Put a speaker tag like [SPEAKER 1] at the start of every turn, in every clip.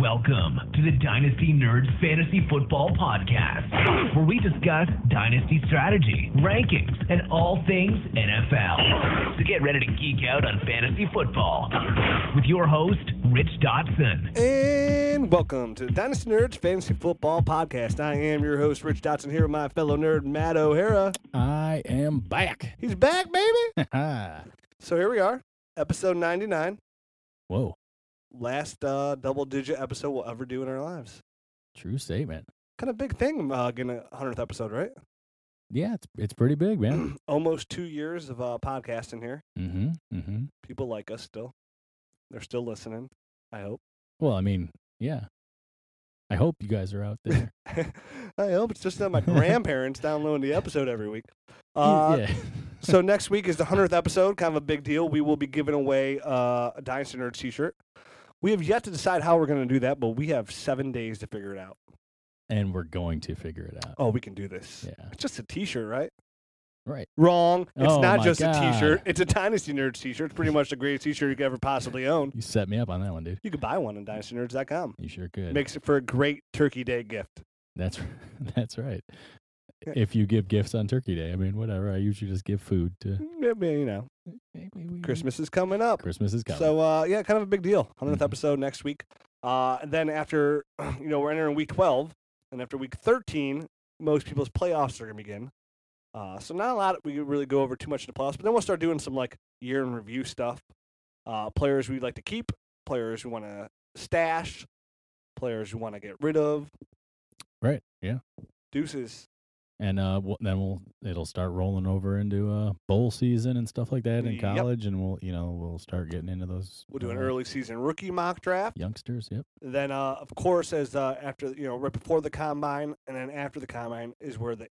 [SPEAKER 1] Welcome to the Dynasty Nerds Fantasy Football Podcast, where we discuss dynasty strategy, rankings, and all things NFL. So get ready to geek out on fantasy football with your host, Rich Dotson.
[SPEAKER 2] And welcome to the Dynasty Nerds Fantasy Football Podcast. I am your host, Rich Dotson, here with my fellow nerd, Matt O'Hara.
[SPEAKER 3] I am back.
[SPEAKER 2] He's back, baby.
[SPEAKER 3] Whoa.
[SPEAKER 2] so here we are, episode 99, last uh, double digit episode we'll ever do in our lives.
[SPEAKER 3] True statement.
[SPEAKER 2] Kind of big thing, uh, getting a 100th episode, right?
[SPEAKER 3] Yeah, it's it's pretty big, man.
[SPEAKER 2] Almost two years of uh, podcasting here.
[SPEAKER 3] mm-hmm. Mm-hmm.
[SPEAKER 2] People like us still. They're still listening, I hope.
[SPEAKER 3] Well, I mean, yeah. I hope you guys are out there.
[SPEAKER 2] I hope it's just not my grandparents downloading the episode every week. Uh,
[SPEAKER 3] yeah.
[SPEAKER 2] so next week is the 100th episode kind of a big deal we will be giving away uh, a dynasty nerds t-shirt we have yet to decide how we're going to do that but we have seven days to figure it out
[SPEAKER 3] and we're going to figure it out.
[SPEAKER 2] oh we can do this
[SPEAKER 3] Yeah.
[SPEAKER 2] it's just a t-shirt right
[SPEAKER 3] Right.
[SPEAKER 2] wrong it's
[SPEAKER 3] Oh
[SPEAKER 2] not
[SPEAKER 3] my
[SPEAKER 2] just a
[SPEAKER 3] God.
[SPEAKER 2] t-shirt it's a dynasty nerds t-shirt it's pretty much the greatest t-shirt you could ever possibly own
[SPEAKER 3] You set me up on that one, dude.
[SPEAKER 2] you could buy one on dynastynerds.com
[SPEAKER 3] You sure could.
[SPEAKER 2] makes it for a great turkey day gift
[SPEAKER 3] that's that's right.
[SPEAKER 2] Yeah.
[SPEAKER 3] If you give gifts on Turkey Day, I mean, whatever. I usually just give food to
[SPEAKER 2] Yeah, but, you know Mm.
[SPEAKER 3] Mm-hmm.
[SPEAKER 2] christmas is coming up
[SPEAKER 3] Christmas is coming.
[SPEAKER 2] So uh, yeah, kind of a big deal. 100th
[SPEAKER 3] Mhm.
[SPEAKER 2] episode next week. Uh, and then after you know we're entering week 12, and after week 13, most people's playoffs are gonna begin. Uh, so not a lot we could really go over too much in the playoffs, but then we'll start doing some like year in review stuff. Uh, players we'd like to keep, players we want to stash, players we want to get rid of.
[SPEAKER 3] right. Yeah.
[SPEAKER 2] Deuces.
[SPEAKER 3] and uh, we'll, then we'll it'll start rolling over into uh, bowl season and stuff like that in
[SPEAKER 2] Yep.
[SPEAKER 3] college, and we'll you know we'll start getting into those.
[SPEAKER 2] We'll do an
[SPEAKER 3] uh,
[SPEAKER 2] early season rookie mock draft.
[SPEAKER 3] youngsters. Yep.
[SPEAKER 2] then uh, of course as uh, after you know right before the combine and then after the combine is where the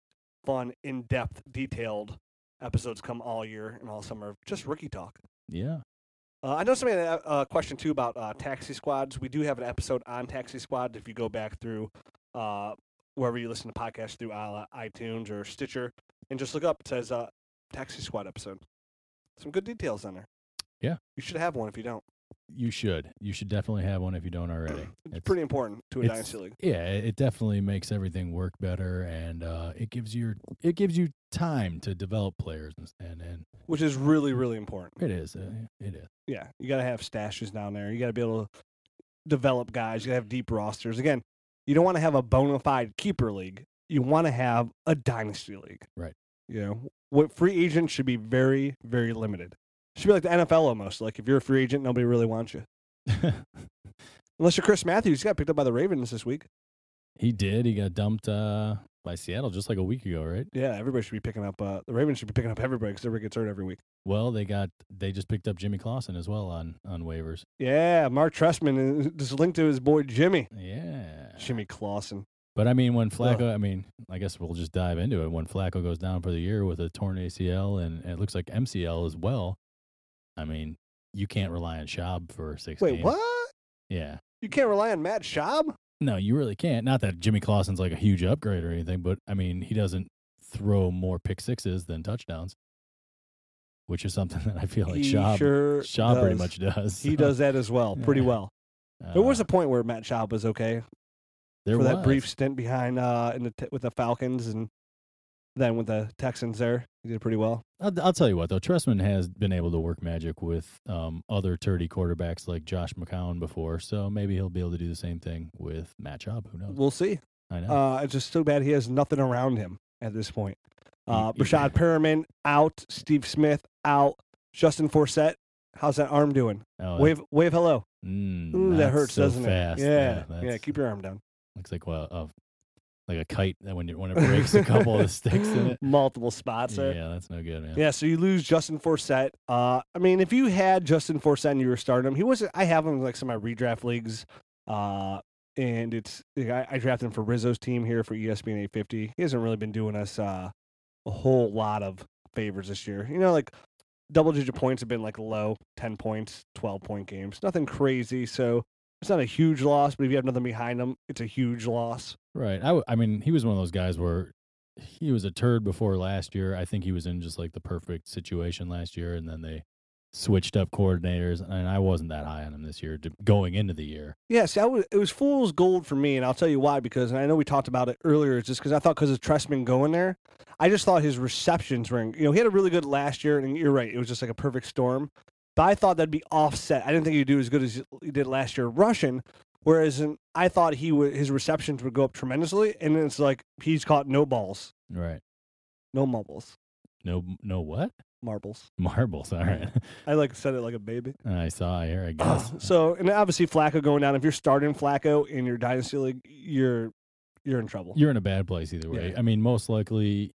[SPEAKER 2] fun in-depth detailed episodes come all year and all summer of just rookie talk
[SPEAKER 3] Yeah.
[SPEAKER 2] uh, i know somebody had a uh, question too about uh, taxi squads we do have an episode on taxi squads if you go back through uh, wherever you listen to podcasts through uh, itunes or stitcher and just look up it says uh, taxi squad episode some good details on there
[SPEAKER 3] Yeah.
[SPEAKER 2] you should have one if you don't
[SPEAKER 3] You should. You should definitely have one if you don't already.
[SPEAKER 2] it's pretty important to a
[SPEAKER 3] it's-
[SPEAKER 2] dynasty league
[SPEAKER 3] Yeah, it it definitely makes everything work better, and uh, it gives your it gives you time to develop players, and and, and
[SPEAKER 2] which is really really important
[SPEAKER 3] it is uh, it is
[SPEAKER 2] yeah, you got to have stashes down there. You got to be able to develop guys. You got to have deep rosters. Again, you don't want to have a bona fide keeper league. You want to have a dynasty league.
[SPEAKER 3] Right.
[SPEAKER 2] You know, what free agents should be very, very limited. Should be like the NFL almost. Like if you're a free agent, nobody really wants you. Unless you're Chris Matthews, he got picked up by the Ravens this week.
[SPEAKER 3] he did. He got dumped uh, by Seattle just like a week ago, right?
[SPEAKER 2] Yeah, everybody should be picking up. Uh, the Ravens should be picking up everybody because everybody gets hurt every week.
[SPEAKER 3] Well, they got they just picked up Jimmy Clausen as well on on waivers.
[SPEAKER 2] Yeah, Mark Trestman is just linked to his boy Jimmy,
[SPEAKER 3] Yeah.
[SPEAKER 2] Jimmy Clausen.
[SPEAKER 3] But I mean, when
[SPEAKER 2] Well-
[SPEAKER 3] Flacco, I mean, I guess we'll just dive into it. When Flacco goes down for the year with a torn ACL and, and it looks like MCL as well, I mean, you can't rely on Schaub for six
[SPEAKER 2] Wait,
[SPEAKER 3] games.
[SPEAKER 2] what?
[SPEAKER 3] Yeah.
[SPEAKER 2] You can't rely on Matt Schaub?
[SPEAKER 3] No, you really can't. Not that Jimmy Clausen's like a huge upgrade or anything, but I mean, he doesn't throw more pick sixes than touchdowns, which is something that I feel like
[SPEAKER 2] he
[SPEAKER 3] Schaub,
[SPEAKER 2] sure
[SPEAKER 3] Schaub pretty
[SPEAKER 2] does.
[SPEAKER 3] much does.
[SPEAKER 2] He does that as well, pretty
[SPEAKER 3] Yeah.
[SPEAKER 2] well.
[SPEAKER 3] Uh,
[SPEAKER 2] there was a point where Matt Schaub was okay
[SPEAKER 3] there
[SPEAKER 2] for that
[SPEAKER 3] was.
[SPEAKER 2] brief stint behind uh, in the t- with the Falcons and then with the Texans. There, he did pretty well.
[SPEAKER 3] I'll, I'll tell you what though, Tressman has been able to work magic with um, other turdy quarterbacks like Josh McCown before, so maybe he'll be able to do the same thing with Matt Job. Who knows?
[SPEAKER 2] We'll see.
[SPEAKER 3] I know.
[SPEAKER 2] Uh, it's just so bad he has nothing around him at this point. Uh,
[SPEAKER 3] He- he-
[SPEAKER 2] Brashad Perriman out, Steve Smith out, Justin Forsett. How's that arm doing?
[SPEAKER 3] oh,
[SPEAKER 2] Wave, wave hello.
[SPEAKER 3] that, mm,
[SPEAKER 2] Ooh, that
[SPEAKER 3] that's
[SPEAKER 2] hurts,
[SPEAKER 3] so
[SPEAKER 2] doesn't
[SPEAKER 3] fast.
[SPEAKER 2] it? Yeah, yeah.
[SPEAKER 3] that's-
[SPEAKER 2] keep your arm down.
[SPEAKER 3] looks like well, of like a kite that when you when it breaks a couple of sticks in it.
[SPEAKER 2] Multiple spots there.
[SPEAKER 3] yeah, that's no good, man.
[SPEAKER 2] Yeah, so you lose Justin Forsett. Uh, I mean, if you had Justin Forsett and you were starting him, he wasn't. I have him in, like some of my redraft leagues, uh, and it's I, I drafted him for Rizzo's team here for E ESPN 850. He hasn't really been doing us uh, a whole lot of favors this year. You know, like double digit points have been like low, ten points, twelve point games, nothing crazy. So it's not a huge loss, but if you have nothing behind him, it's a huge loss.
[SPEAKER 3] Right. I, w- I mean, he was one of those guys where he was a turd before last year. I think he was in just like the perfect situation last year, and then they switched up coordinators, and I wasn't that high on him this year to, going into the year.
[SPEAKER 2] Yes, I was, it was fool's gold for me, and I'll tell you why. Because and I know we talked about it earlier. It's just because I thought because of Tressman going there, I just thought his receptions were. in- You know, he had a really good last year, and you're right, it was just like a perfect storm. But I thought that'd be offset. I didn't think he'd do as good as he did last year rushing. Whereas in, I thought he would his receptions would go up tremendously, and then it's like he's caught no balls,
[SPEAKER 3] Right.
[SPEAKER 2] no marbles,
[SPEAKER 3] No, no what?
[SPEAKER 2] marbles.
[SPEAKER 3] Marbles. All right.
[SPEAKER 2] I like said it like a baby.
[SPEAKER 3] I saw here, I guess.
[SPEAKER 2] So and obviously Flacco going down. If you're starting Flacco in your dynasty league, you're you're in trouble.
[SPEAKER 3] You're in a bad place either way.
[SPEAKER 2] Yeah.
[SPEAKER 3] I mean, most likely,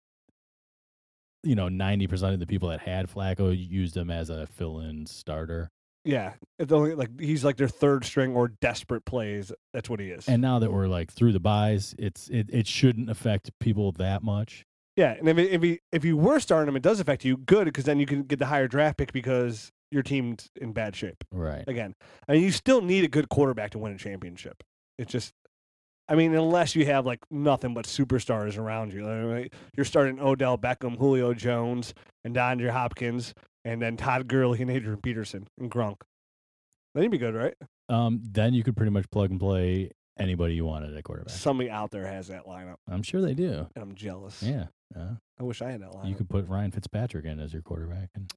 [SPEAKER 3] you know, 90% of the people that had Flacco used him as a fill in starter.
[SPEAKER 2] Yeah, it's only like he's like their third string or desperate plays. That's what he is.
[SPEAKER 3] And now that we're like through the buys, it's it, it shouldn't affect people that much.
[SPEAKER 2] yeah, and if it- if he, if you were starting him, it does affect you. Good, because then you can get the higher draft pick because your team's in bad shape
[SPEAKER 3] Right.
[SPEAKER 2] again. I mean, you still need a good quarterback to win a championship. It's just, I mean, unless you have like nothing but superstars around you. Like, You're starting Odell Beckham, Julio Jones, and DeAndre Hopkins, and then Todd Gurley and Adrian Peterson and Gronk. That'd be good, right?
[SPEAKER 3] Um, then you could pretty much plug and play anybody you wanted at quarterback.
[SPEAKER 2] Somebody out there has that lineup,
[SPEAKER 3] I'm sure they do.
[SPEAKER 2] and I'm jealous.
[SPEAKER 3] Yeah. Uh,
[SPEAKER 2] I wish I had that lineup.
[SPEAKER 3] you could put Ryan Fitzpatrick in as your quarterback, and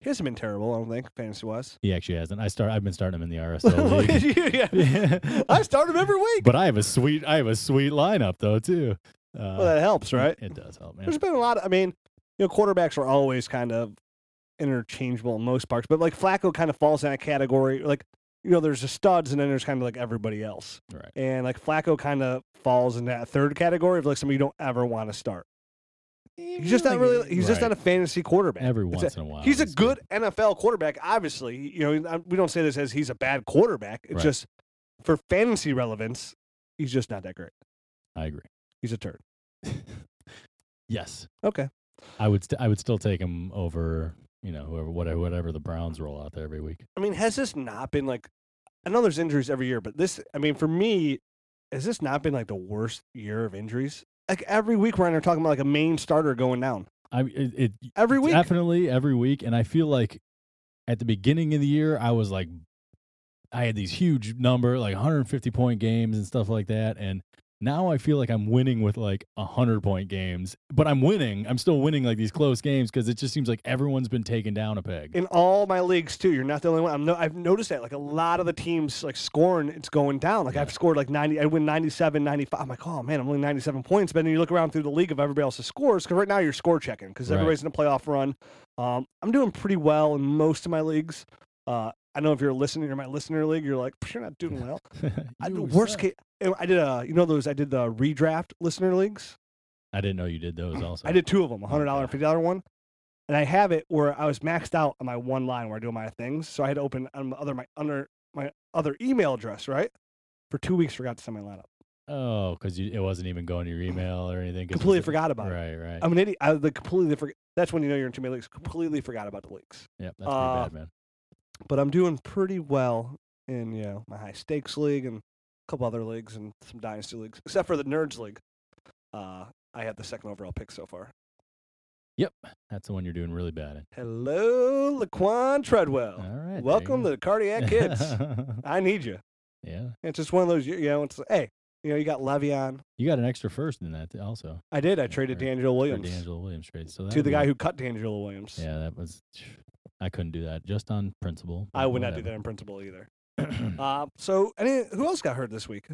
[SPEAKER 2] He hasn't been terrible, I don't think, fantasy wise.
[SPEAKER 3] he actually hasn't. I start. I've been starting him in the RSL league. Yeah.
[SPEAKER 2] I start him every week.
[SPEAKER 3] but I have a sweet. I have a sweet lineup though too. Uh,
[SPEAKER 2] well, that helps, right?
[SPEAKER 3] It does help, man.
[SPEAKER 2] There's been a lot. Of, I mean, you know, quarterbacks are always kind of interchangeable in most parts, but like Flacco kind of falls in that category. Like, you know, there's the studs, and then there's kind of like everybody else.
[SPEAKER 3] Right.
[SPEAKER 2] And like Flacco kind of falls in that third category of like somebody you don't ever want to start. He's just not really. He's just
[SPEAKER 3] Right.
[SPEAKER 2] not a fantasy quarterback.
[SPEAKER 3] Every
[SPEAKER 2] It's a-
[SPEAKER 3] once in a while,
[SPEAKER 2] he's a good NFL quarterback. Obviously, you know I- we don't say this as he's a bad quarterback. It's
[SPEAKER 3] Right.
[SPEAKER 2] just for fantasy relevance, he's just not that great.
[SPEAKER 3] I agree.
[SPEAKER 2] He's a turd.
[SPEAKER 3] Yes,
[SPEAKER 2] Okay,
[SPEAKER 3] I would. St- I would still take him over. You know, whoever, whatever, whatever the Browns roll out there every week.
[SPEAKER 2] I mean, has this not been like? I know there's injuries every year, but this, I mean, for me, has this not been like the worst year of injuries? Like every week we're on there talking about like a main starter going down
[SPEAKER 3] I it, it
[SPEAKER 2] every week.
[SPEAKER 3] Definitely every week. And I feel like at the beginning of the year, I was like, I had these huge number, like 150 point games and stuff like that. And now I feel like I'm winning with like 100 point games, but I'm winning. I'm still winning like these close games because it just seems like everyone's been taken down a peg.
[SPEAKER 2] in all my leagues too. You're not the only one. I'm no, I've noticed that like a lot of the teams like scoring, it's going down. Like
[SPEAKER 3] Yeah.
[SPEAKER 2] I've scored like 90, I win 97, 95. I'm like, oh man, I'm only 97 points. But then you look around through the league of everybody else's scores because right now you're score checking because
[SPEAKER 3] Right.
[SPEAKER 2] everybody's in a playoff run. Um, I'm doing pretty well in most of my leagues. Uh, I know if you're listening, you're my listener league. You're like, "Psh, you're not doing well. I, the
[SPEAKER 3] You
[SPEAKER 2] worst
[SPEAKER 3] suck.
[SPEAKER 2] case, I did a, you know those I did the redraft listener leagues.
[SPEAKER 3] I didn't know you did those also.
[SPEAKER 2] I did two of them, a hundred dollar,
[SPEAKER 3] Okay.
[SPEAKER 2] fifty dollar one, and I have it where I was maxed out on my one line where I do my things. So I had to open um, other my under my other email address, right? For two weeks, forgot to send my lineup.
[SPEAKER 3] Oh, because it wasn't even going to your email or anything. 'cause it
[SPEAKER 2] Oh, Completely
[SPEAKER 3] was-
[SPEAKER 2] forgot about it. Um,
[SPEAKER 3] Right, right.
[SPEAKER 2] I'm an idiot. I like, completely forgot. That's when you know you're in too many leaks. Completely forgot about the leaks.
[SPEAKER 3] yep, that's pretty
[SPEAKER 2] uh,
[SPEAKER 3] bad, man.
[SPEAKER 2] But I'm doing pretty well in you know my high stakes league and a couple other leagues and some dynasty leagues, except for the nerds league. Uh, I have the second overall pick so far.
[SPEAKER 3] That's the one you're doing really bad in.
[SPEAKER 2] Hello, Laquan Treadwell.
[SPEAKER 3] All right. there you
[SPEAKER 2] Oh, Welcome to
[SPEAKER 3] go.
[SPEAKER 2] the Cardiac Kids. I need you.
[SPEAKER 3] yeah.
[SPEAKER 2] It's just one of those, you know, it's hey, you know, you got Le'Veon.
[SPEAKER 3] You got an extra first in that also.
[SPEAKER 2] I did. I traded
[SPEAKER 3] for-
[SPEAKER 2] D'Angelo Williams
[SPEAKER 3] For D'Angelo Williams trade. So that
[SPEAKER 2] to
[SPEAKER 3] would
[SPEAKER 2] the
[SPEAKER 3] be-
[SPEAKER 2] guy who cut D'Angelo Williams.
[SPEAKER 3] Yeah, that was. I couldn't do that just on principle.
[SPEAKER 2] I
[SPEAKER 3] but
[SPEAKER 2] would not do that
[SPEAKER 3] whatever.
[SPEAKER 2] in principle either. Uh, so, any, who else got hurt this week?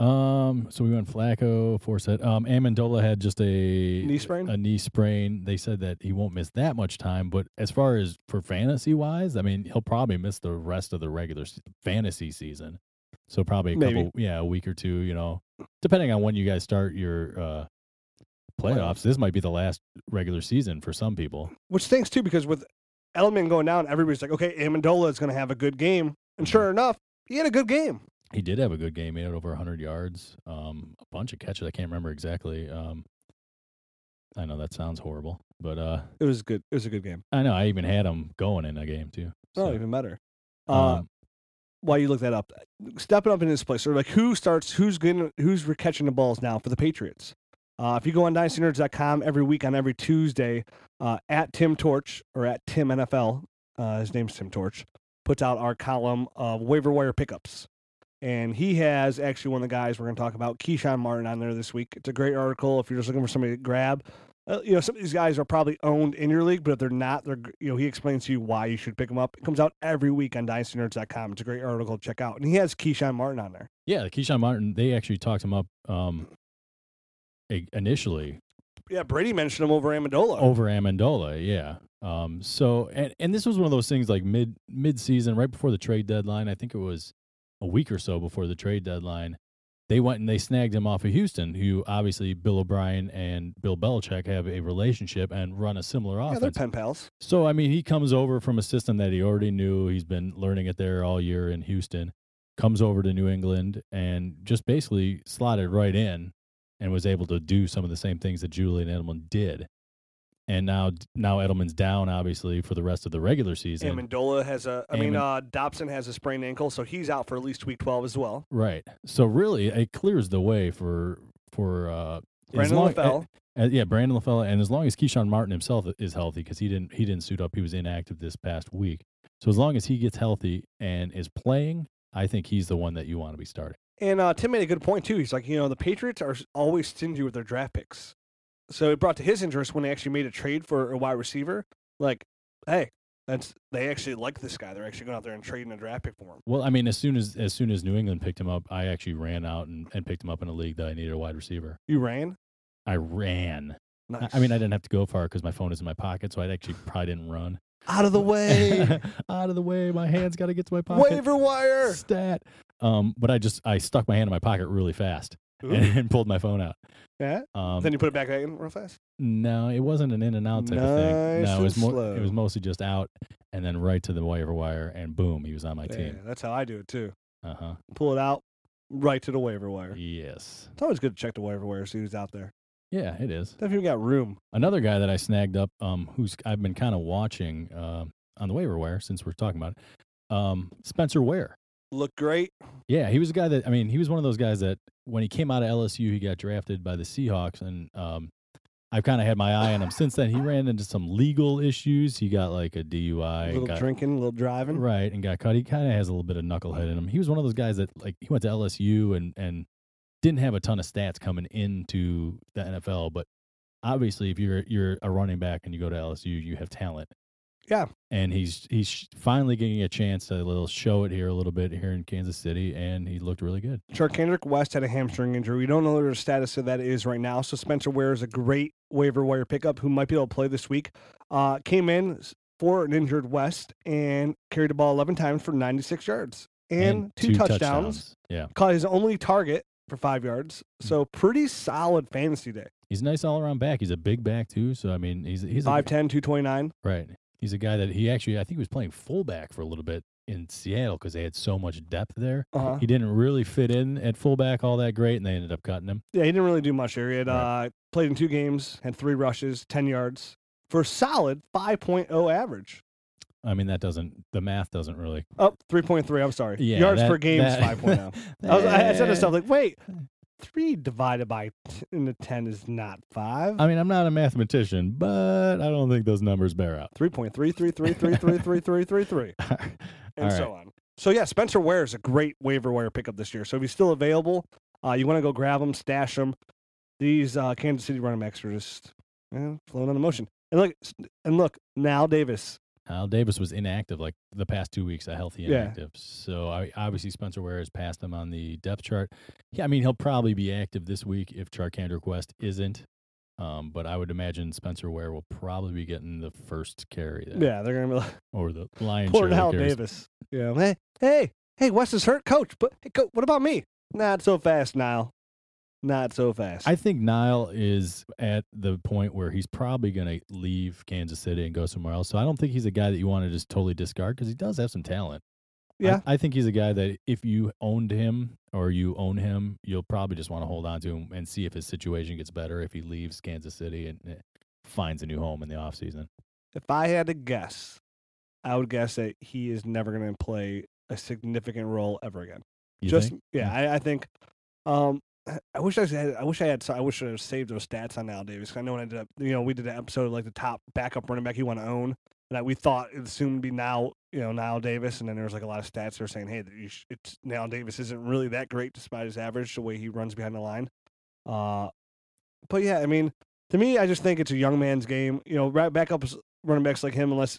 [SPEAKER 3] um. So we went Flacco, Forsett. Um. Amendola had just a knee
[SPEAKER 2] sprain?
[SPEAKER 3] A knee sprain. They said that he won't miss that much time, but as far as for fantasy wise, I mean, he'll probably miss the rest of the regular se- fantasy season. So probably a
[SPEAKER 2] Maybe.
[SPEAKER 3] couple, yeah, a week or two. You know, depending on when you guys start your uh playoffs, this might be the last regular season for some people.
[SPEAKER 2] Which stinks too, because with Elman going down, everybody's like, okay, Amendola is going to have a good game, and
[SPEAKER 3] Mhm.
[SPEAKER 2] sure enough, he had a good game.
[SPEAKER 3] he did have a good game. He had over 100 yards, um, a bunch of catches. I can't remember exactly. Um, I know that sounds horrible, but uh,
[SPEAKER 2] It was good. It was a good game.
[SPEAKER 3] I know I even had him going in a game too.
[SPEAKER 2] Oh,
[SPEAKER 3] So,
[SPEAKER 2] even better. Uh,
[SPEAKER 3] um,
[SPEAKER 2] while you look that up, stepping up in this place, or like who starts, who's going, who's re- catching the balls now for the Patriots. Uh, if you go on dynastynerds.com every week on every Tuesday, uh, at Tim Torch or at Tim NFL uh, his name's Tim Torch, puts out our column of waiver wire pickups. And he has actually one of the guys we're going to talk about, Keyshawn Martin, on there this week. It's a great article if you're just looking for somebody to grab. Uh, you know, some of these guys are probably owned in your league, but if they're not, they're gr- you know he explains to you why you should pick them up. It comes out every week on DynastyNerds.com. It's a great article to check out, and he has Keyshawn Martin on there.
[SPEAKER 3] Yeah, Keyshawn Martin, they actually talked him up um, i- initially
[SPEAKER 2] Yeah, Brady mentioned him over Amendola.
[SPEAKER 3] over Amendola. Yeah. Um, so and and this was one of those things like mid mid season, right before the trade deadline. I think it was a week or so before the trade deadline. They went and they snagged him off of Houston, who obviously Bill O'Brien and Bill Belichick have a relationship and run a similar
[SPEAKER 2] yeah, they're
[SPEAKER 3] offense.
[SPEAKER 2] pen pals.
[SPEAKER 3] So I mean, he comes over from a system that he already knew. He's been learning it there all year in Houston. Comes over to New England and just basically slotted right in, and was able to do some of the same things that Julian Edelman did. And now, now Edelman's down obviously for the rest of the regular season.
[SPEAKER 2] Amendola has a, I mean,
[SPEAKER 3] Amen-
[SPEAKER 2] uh, Dobson has a sprained ankle, so he's out for at least week 12 as well.
[SPEAKER 3] Right. So really, it clears the way for for uh, as
[SPEAKER 2] Brandon
[SPEAKER 3] long,
[SPEAKER 2] LaFell.
[SPEAKER 3] uh, yeah, Brandon LaFella, and as long as Keyshawn Martin himself is healthy, because he didn't he didn't suit up, he was inactive this past week. So as long as he gets healthy and is playing, I think he's the one that you want to be starting.
[SPEAKER 2] And uh, Tim made a good point too. He's like, you know, the Patriots are s- always stingy with their draft picks, so it brought to his interest when they actually made a trade for a wide receiver. Like, hey, that's they actually like this guy. They're actually going out there and trading a draft pick for him.
[SPEAKER 3] Well, I mean, as soon as as soon as New England picked him up, I actually ran out and, and picked him up in a league that I needed a wide receiver.
[SPEAKER 2] You ran.
[SPEAKER 3] I ran. I-
[SPEAKER 2] Nice.
[SPEAKER 3] I mean, I didn't have to go far because my phone is in my pocket, so I actually probably didn't run.
[SPEAKER 2] out of the way.
[SPEAKER 3] out of the way, my hands got to get to my pocket.
[SPEAKER 2] Waiver wire.
[SPEAKER 3] Stat. Um, but I just I stuck my hand in my pocket really fast
[SPEAKER 2] Ooh,
[SPEAKER 3] and, and pulled my phone out.
[SPEAKER 2] yeah.
[SPEAKER 3] Um,
[SPEAKER 2] then you put it back in real fast.
[SPEAKER 3] no, it wasn't an in and out type of thing.
[SPEAKER 2] Nice
[SPEAKER 3] No, it was
[SPEAKER 2] and
[SPEAKER 3] more.
[SPEAKER 2] slow.
[SPEAKER 3] It was mostly just out and then right to the waiver wire, and boom, he was on my
[SPEAKER 2] Yeah,
[SPEAKER 3] team.
[SPEAKER 2] that's how I do it too.
[SPEAKER 3] Uh huh.
[SPEAKER 2] Pull it out, right to the waiver wire.
[SPEAKER 3] Yes.
[SPEAKER 2] It's always good to check the waiver wire, see who's out there.
[SPEAKER 3] Yeah, it is.
[SPEAKER 2] Definitely got room.
[SPEAKER 3] Another guy that I snagged up, um, who's I've been kind of watching uh, on the waiver wire since we're talking about it, um, Spencer Ware.
[SPEAKER 2] Look great.
[SPEAKER 3] Yeah, he was a guy that I mean, he was one of those guys that when he came out of LSU, he got drafted by the Seahawks, and um, I've kind of had my eye on him since then. He ran into some legal issues. He got like a DUI,
[SPEAKER 2] A
[SPEAKER 3] and
[SPEAKER 2] little
[SPEAKER 3] got,
[SPEAKER 2] drinking, a little driving.
[SPEAKER 3] right, and got caught. He kind of has a little bit of knucklehead in him. He was one of those guys that like he went to LSU and and didn't have a ton of stats coming into the NFL, but obviously, if you're you're a running back and you go to LSU, you have talent.
[SPEAKER 2] Yeah.
[SPEAKER 3] And he's he's finally getting a chance to little show it here a little bit here in Kansas City, and he looked really good.
[SPEAKER 2] Sure, Kendrick West had a hamstring injury. We don't know what the status of that is right now. So Spencer Ware is a great waiver wire pickup who might be able to play this week. Uh, came in s- for an injured West and carried the ball 11 times for 96 yards and, two, touchdowns.
[SPEAKER 3] Yeah,
[SPEAKER 2] Caught his only target for five yards. So
[SPEAKER 3] Mm.
[SPEAKER 2] pretty solid fantasy day.
[SPEAKER 3] he's a nice all around back. He's a big back too. So I mean, he's
[SPEAKER 2] 5'10",
[SPEAKER 3] he's a,
[SPEAKER 2] 229.
[SPEAKER 3] right. He's a guy that he actually I think he was playing fullback for a little bit in Seattle because they had so much depth there.
[SPEAKER 2] Uh-huh.
[SPEAKER 3] He didn't really fit in at fullback all that great, and they ended up cutting him.
[SPEAKER 2] Yeah, he didn't really do much here. He had,
[SPEAKER 3] Right.
[SPEAKER 2] uh, played in two games, had three rushes, 10 yards for a solid 5.0 average.
[SPEAKER 3] I mean, that doesn't the math doesn't really.
[SPEAKER 2] Oh, 3.3. I'm sorry.
[SPEAKER 3] Yeah,
[SPEAKER 2] yards
[SPEAKER 3] that-
[SPEAKER 2] per game is
[SPEAKER 3] that-
[SPEAKER 2] 5.0. I, was, I I said to myself, like, wait,
[SPEAKER 3] Hmm.
[SPEAKER 2] three divided by t- into 10 is not five.
[SPEAKER 3] I mean, I'm not a mathematician, but I don't think those numbers bear out.
[SPEAKER 2] 3.3333333333,
[SPEAKER 3] all
[SPEAKER 2] and
[SPEAKER 3] right.
[SPEAKER 2] so on. So, yeah, Spencer Ware is a great waiver wire pickup this year. So, if he's still available, uh, you want to go grab him, stash him. These uh, Kansas City running backs are just eh, floating on the motion. And look, and look, now Davis,
[SPEAKER 3] Al Davis was inactive like the past two weeks, a healthy
[SPEAKER 2] Yeah.
[SPEAKER 3] inactive. So I, obviously Spencer Ware has passed him on the depth chart. Yeah, I mean he'll probably be active this week if Charcander Quest isn't. Um, but I would imagine Spencer Ware will probably be getting the first carry there,
[SPEAKER 2] yeah, they're going to be like,
[SPEAKER 3] or the lion
[SPEAKER 2] poor
[SPEAKER 3] share
[SPEAKER 2] now
[SPEAKER 3] of the carries.
[SPEAKER 2] Davis. Yeah, hey, hey, hey, Wes is hurt, coach. But hey, co- what about me? Not so fast, Nile. Not so fast.
[SPEAKER 3] I think Nile is at the point where he's probably going to leave Kansas City and go somewhere else. So I don't think he's a guy that you want to just totally discard because he does have some talent. I-
[SPEAKER 2] Yeah.
[SPEAKER 3] I, think he's a guy that if you owned him or you own him, you'll probably just want to hold on to him and see if his situation gets better if he leaves Kansas City and eh, finds a new home in the offseason.
[SPEAKER 2] If I had to guess, I would guess that he is never going to play a significant role ever again.
[SPEAKER 3] You
[SPEAKER 2] Just
[SPEAKER 3] think?
[SPEAKER 2] yeah, I, I think. Um, I- I wish I had. I wish I had. so- I wish I had saved those stats on Al Davis. 'cause I know when I did. a- You know, we did an episode of like the top backup running back you want to own. that we thought it soon would be now, you know, Niall Davis. And then there was like a lot of stats that were saying, hey, that you sh- it's, Niall Davis isn't really that great despite his average, the way he runs behind the line. Uh, but yeah, I mean, to me, I just think it's a young man's game. You know, right back up running backs like him, unless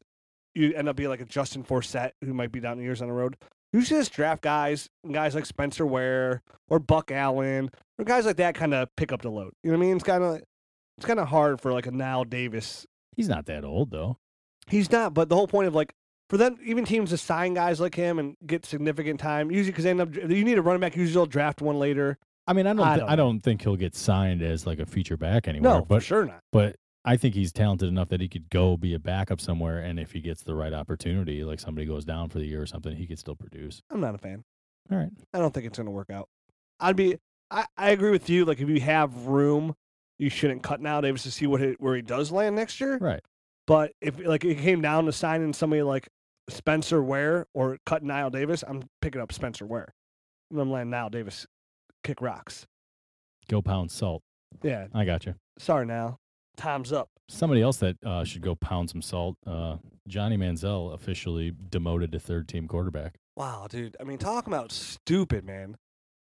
[SPEAKER 2] you end up being like a Justin Forsett who might be down years on the road. Usually, just draft guys, guys like Spencer Ware or Buck Allen or guys like that, kind of pick up the load. You know what I mean? It's kind of it's kind of hard for like a Niall Davis.
[SPEAKER 3] He's not that old though.
[SPEAKER 2] He's not, but the whole point of like for them, even teams to sign guys like him and get significant time, usually because they end up you need a running back. Usually, they'll draft one later.
[SPEAKER 3] I mean, I don't,
[SPEAKER 2] I
[SPEAKER 3] I
[SPEAKER 2] don't
[SPEAKER 3] don't, I don't think he'll get signed as like a feature back anywhere.
[SPEAKER 2] No, for
[SPEAKER 3] but
[SPEAKER 2] sure not.
[SPEAKER 3] but I think he's talented enough that he could go be a backup somewhere, and if he gets the right opportunity, like somebody goes down for the year or something, he could still produce.
[SPEAKER 2] I'm not a fan.
[SPEAKER 3] All right.
[SPEAKER 2] I don't think it's going to work out. I'd be, I, I agree with you. Like, if you have room, you shouldn't cut now Davis to see what it, where he does land next year.
[SPEAKER 3] Right.
[SPEAKER 2] But if like it came down to signing somebody like Spencer Ware or cutting Niall Davis, I'm picking up Spencer Ware. And I'm letting Niall Davis kick rocks.
[SPEAKER 3] Go pound salt.
[SPEAKER 2] Yeah.
[SPEAKER 3] I got you.
[SPEAKER 2] Sorry, now. Time's up.
[SPEAKER 3] Somebody else that uh, should go pound some salt. Uh, Johnny Manziel officially demoted to third team quarterback.
[SPEAKER 2] Wow, dude. I mean, talk about stupid, man.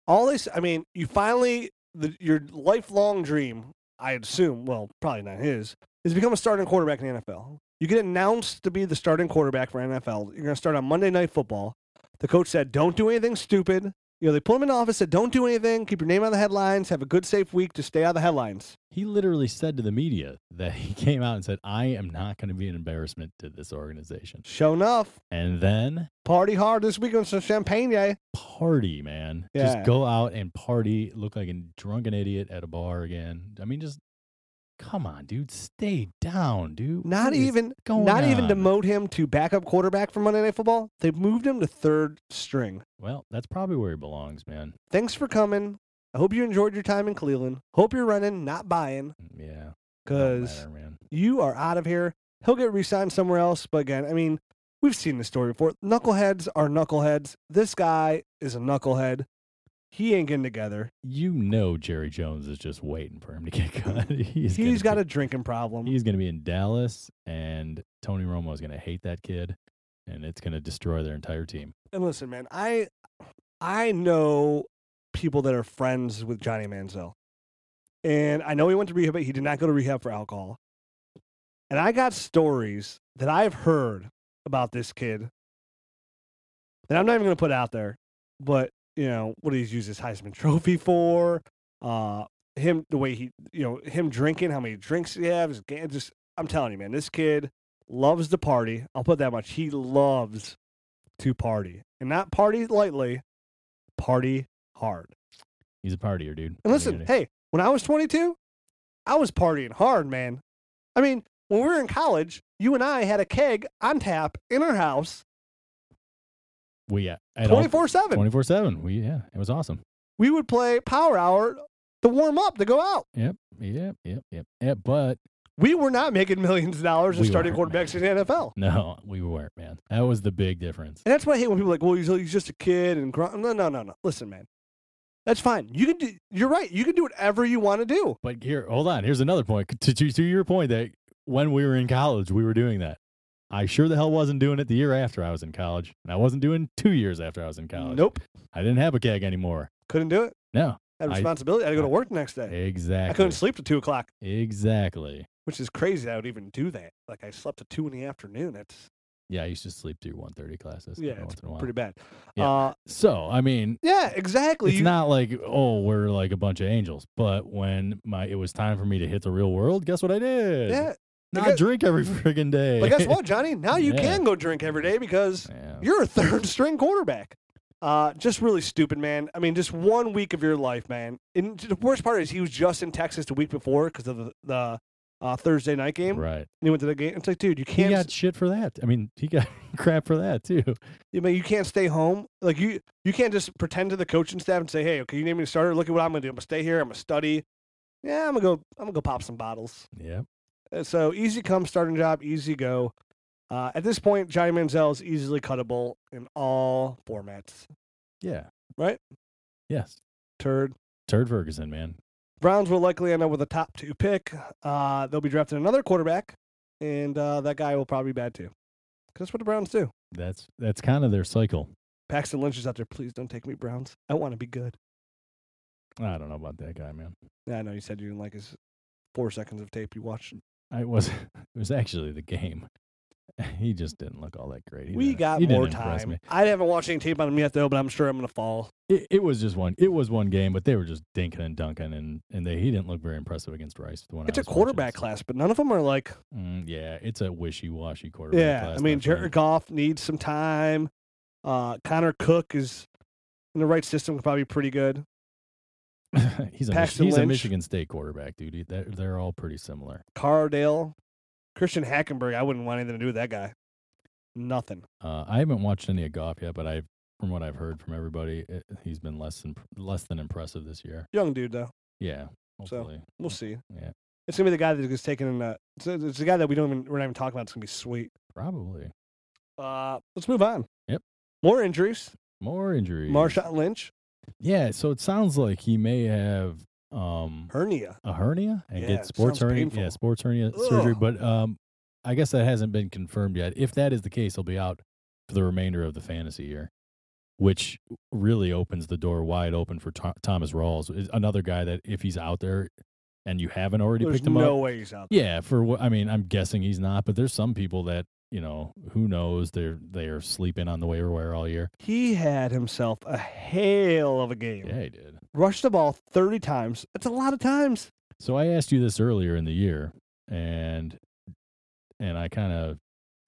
[SPEAKER 2] All this, I mean, you finally, the, your lifelong dream, I assume, well, probably not his, is become a starting quarterback in the NFL. You get announced to be the starting quarterback for NFL. You're going to start on Monday Night Football. The coach said, don't do anything stupid. You know, they put him in the office, said, don't do anything. Keep your name out of the headlines. Have a good, safe week. Just stay out of the headlines.
[SPEAKER 3] He literally said to the media that he came out and said, "I am not going to be an embarrassment to this organization."
[SPEAKER 2] Show enough.
[SPEAKER 3] And then
[SPEAKER 2] Party hard this week on some champagne, eh? yay.
[SPEAKER 3] party, man.
[SPEAKER 2] Yeah.
[SPEAKER 3] Just go out and party, look like a drunken idiot at a bar again. I mean, just come on, dude. Stay down, dude.
[SPEAKER 2] Not
[SPEAKER 3] What is
[SPEAKER 2] even
[SPEAKER 3] going
[SPEAKER 2] not even
[SPEAKER 3] on?
[SPEAKER 2] demote him to backup quarterback for Monday Night Football. They've moved him to third string.
[SPEAKER 3] Well, that's probably where he belongs, man.
[SPEAKER 2] Thanks for coming. I hope you enjoyed your time in Cleveland. Hope you're running, not buying,
[SPEAKER 3] Mm, Yeah. don't
[SPEAKER 2] because
[SPEAKER 3] matter, man.
[SPEAKER 2] you are out of here. He'll get re signed somewhere else. But again, I mean, we've seen this story before. Knuckleheads are knuckleheads. This guy is a knucklehead. He ain't getting together.
[SPEAKER 3] You know Jerry Jones is just waiting for him to get cut. he's
[SPEAKER 2] he's got
[SPEAKER 3] gonna
[SPEAKER 2] a drinking problem.
[SPEAKER 3] be, he's going to be in Dallas, and Tony Romo is going to hate that kid, and it's going to destroy their entire team.
[SPEAKER 2] And listen, man, I I know people that are friends with Johnny Manziel, and I know he went to rehab, but he did not go to rehab for alcohol. And I got stories that I've heard about this kid that I'm not even going to put out there, but you know what he's used his Heisman Trophy for, uh, him the way he you know him drinking, how many drinks he has, ga- just I'm telling you, man, this kid loves to party. I'll put that much. He loves to party and not party lightly, party hard.
[SPEAKER 3] He's a partier, dude.
[SPEAKER 2] And
[SPEAKER 3] I mean,
[SPEAKER 2] listen, hey, when I was 22, I was partying hard, man. I mean, when we were in college, you and I had a keg on tap in our house
[SPEAKER 3] we uh, at
[SPEAKER 2] 24 7.
[SPEAKER 3] 24 7. We, yeah, it was awesome.
[SPEAKER 2] We would play Power Hour to warm up to go out.
[SPEAKER 3] Yep, yep, yep, yep. Yeah, but
[SPEAKER 2] We were not making millions of dollars as
[SPEAKER 3] We
[SPEAKER 2] starting
[SPEAKER 3] weren't,
[SPEAKER 2] quarterbacks
[SPEAKER 3] man.
[SPEAKER 2] in the NFL.
[SPEAKER 3] no, we weren't, man. That was the big difference.
[SPEAKER 2] And that's why I hate when people are like, well, he's, he's just a kid and grunt. No, no, no, no. Listen, man. That's fine. You can do, you're right. You can do whatever you want to do.
[SPEAKER 3] But here, hold on. Here's another point. To, to, to your point that when we were in college, we were doing that. I sure the hell wasn't doing it the year after I was in college, and I wasn't doing two years after I was in college.
[SPEAKER 2] Nope.
[SPEAKER 3] I didn't have a keg anymore.
[SPEAKER 2] Couldn't do it.
[SPEAKER 3] No,
[SPEAKER 2] Had
[SPEAKER 3] I-
[SPEAKER 2] responsibility. I had to go to
[SPEAKER 3] I-
[SPEAKER 2] work the next day. I
[SPEAKER 3] exactly,
[SPEAKER 2] couldn't sleep till two o'clock,
[SPEAKER 3] exactly.
[SPEAKER 2] which is crazy. that I would even do that. Like I slept at two in the afternoon. That's
[SPEAKER 3] Yeah, I used to sleep through 1:30 classes. every
[SPEAKER 2] yeah, it's
[SPEAKER 3] once in a while.
[SPEAKER 2] pretty bad.
[SPEAKER 3] Yeah.
[SPEAKER 2] Uh,
[SPEAKER 3] so, I mean,
[SPEAKER 2] yeah, exactly.
[SPEAKER 3] it's
[SPEAKER 2] You-
[SPEAKER 3] not like oh, we're like a bunch of angels. But when my it was time for me to hit the real world, guess what I did?
[SPEAKER 2] yeah,
[SPEAKER 3] not
[SPEAKER 2] guess-
[SPEAKER 3] drink every friggin' day.
[SPEAKER 2] but guess what, Johnny? Now you
[SPEAKER 3] Yeah.
[SPEAKER 2] can go drink every day because
[SPEAKER 3] Yeah.
[SPEAKER 2] you're a third string quarterback. Uh, just really stupid, man. I mean, just one week of your life, man. And the worst part is he was just in Texas the week before because of the, the uh, Thursday night game. And
[SPEAKER 3] Right.
[SPEAKER 2] he went to the game. It's like, dude, you
[SPEAKER 3] He
[SPEAKER 2] can't.
[SPEAKER 3] got shit for that. I mean, he got crap for that too.
[SPEAKER 2] you mean you can't stay home like you you can't just pretend to the coaching staff and say hey okay you need me to starter look at what i'm gonna do i'm gonna stay here i'm gonna study yeah i'm gonna go i'm gonna go pop some bottles
[SPEAKER 3] Yeah.
[SPEAKER 2] Uh, so easy come starting job easy go uh, at this point johnny manziel is easily cuttable in all formats
[SPEAKER 3] Yeah.
[SPEAKER 2] Right?
[SPEAKER 3] Yes.
[SPEAKER 2] turd
[SPEAKER 3] Turd Ferguson, man.
[SPEAKER 2] browns will likely end up with a top two pick uh, they'll be drafting another quarterback and uh, that guy will probably be bad too 'Cause That's what the Browns do.
[SPEAKER 3] That's that's kind of their cycle.
[SPEAKER 2] Paxton Lynch is out there. Please don't take me Browns. I want to be good.
[SPEAKER 3] I don't know about that guy, man.
[SPEAKER 2] Yeah, I know you said you didn't like his four seconds of tape you watched.
[SPEAKER 3] I was it was actually the game. He just didn't look all that great. Either.
[SPEAKER 2] we got
[SPEAKER 3] He didn't
[SPEAKER 2] more
[SPEAKER 3] impress
[SPEAKER 2] time.
[SPEAKER 3] me.
[SPEAKER 2] I haven't watched any tape on him yet though, but I'm sure I'm gonna fall.
[SPEAKER 3] It, it was just one. It was one game, but they were just dinking and dunking, and and they he didn't look very impressive against Rice. The one I
[SPEAKER 2] It's a
[SPEAKER 3] was watching,
[SPEAKER 2] quarterback
[SPEAKER 3] so-
[SPEAKER 2] class, but none of them are like.
[SPEAKER 3] Mm, yeah, it's a wishy-washy quarterback
[SPEAKER 2] Yeah,
[SPEAKER 3] class.
[SPEAKER 2] I mean
[SPEAKER 3] my friend.
[SPEAKER 2] Jared Goff needs some time. Uh, Connor Cook is in the right system, could probably be pretty good.
[SPEAKER 3] he's a, Mich-
[SPEAKER 2] Paxton
[SPEAKER 3] he's a
[SPEAKER 2] Lynch.
[SPEAKER 3] Michigan State quarterback, dude. He- They're, they're all pretty similar.
[SPEAKER 2] Cardale, Christian Hackenberg. I wouldn't want anything to do with that guy. Nothing.
[SPEAKER 3] Uh, I haven't watched any of Goff yet, but I, from what I've heard from everybody, it, he's been less than less than impressive this year.
[SPEAKER 2] Young dude though.
[SPEAKER 3] Yeah,
[SPEAKER 2] So,
[SPEAKER 3] hopefully.
[SPEAKER 2] We'll see.
[SPEAKER 3] Yeah.
[SPEAKER 2] It's gonna be the guy that gets taken in. Uh, it's, it's the guy that we don't even we're not even talking about. It's gonna be sweet.
[SPEAKER 3] probably
[SPEAKER 2] Uh, let's move on.
[SPEAKER 3] Yep.
[SPEAKER 2] More injuries.
[SPEAKER 3] more injuries.
[SPEAKER 2] Marshawn Lynch,
[SPEAKER 3] Yeah, so it sounds like he may have um
[SPEAKER 2] hernia.
[SPEAKER 3] a hernia and
[SPEAKER 2] Yeah,
[SPEAKER 3] get sports
[SPEAKER 2] sounds
[SPEAKER 3] hernia. Yeah,
[SPEAKER 2] painful.
[SPEAKER 3] sports hernia surgery,
[SPEAKER 2] Ugh.
[SPEAKER 3] but um, I guess that hasn't been confirmed yet. If that is the case, he'll be out for the remainder of the fantasy year, which really opens the door wide open for Tho- Thomas Rawls, is another guy that if he's out there and you haven't already
[SPEAKER 2] There's
[SPEAKER 3] picked him
[SPEAKER 2] no
[SPEAKER 3] up,
[SPEAKER 2] way he's out. There.
[SPEAKER 3] yeah. For what I mean, I'm guessing he's not, but there's some people that you know who knows they're they are sleeping on the waiver wire all year.
[SPEAKER 2] He had himself a hail of a game.
[SPEAKER 3] Yeah, he did.
[SPEAKER 2] Rushed the ball 30 times. That's a lot of times.
[SPEAKER 3] So I asked you this earlier in the year, and and I kind of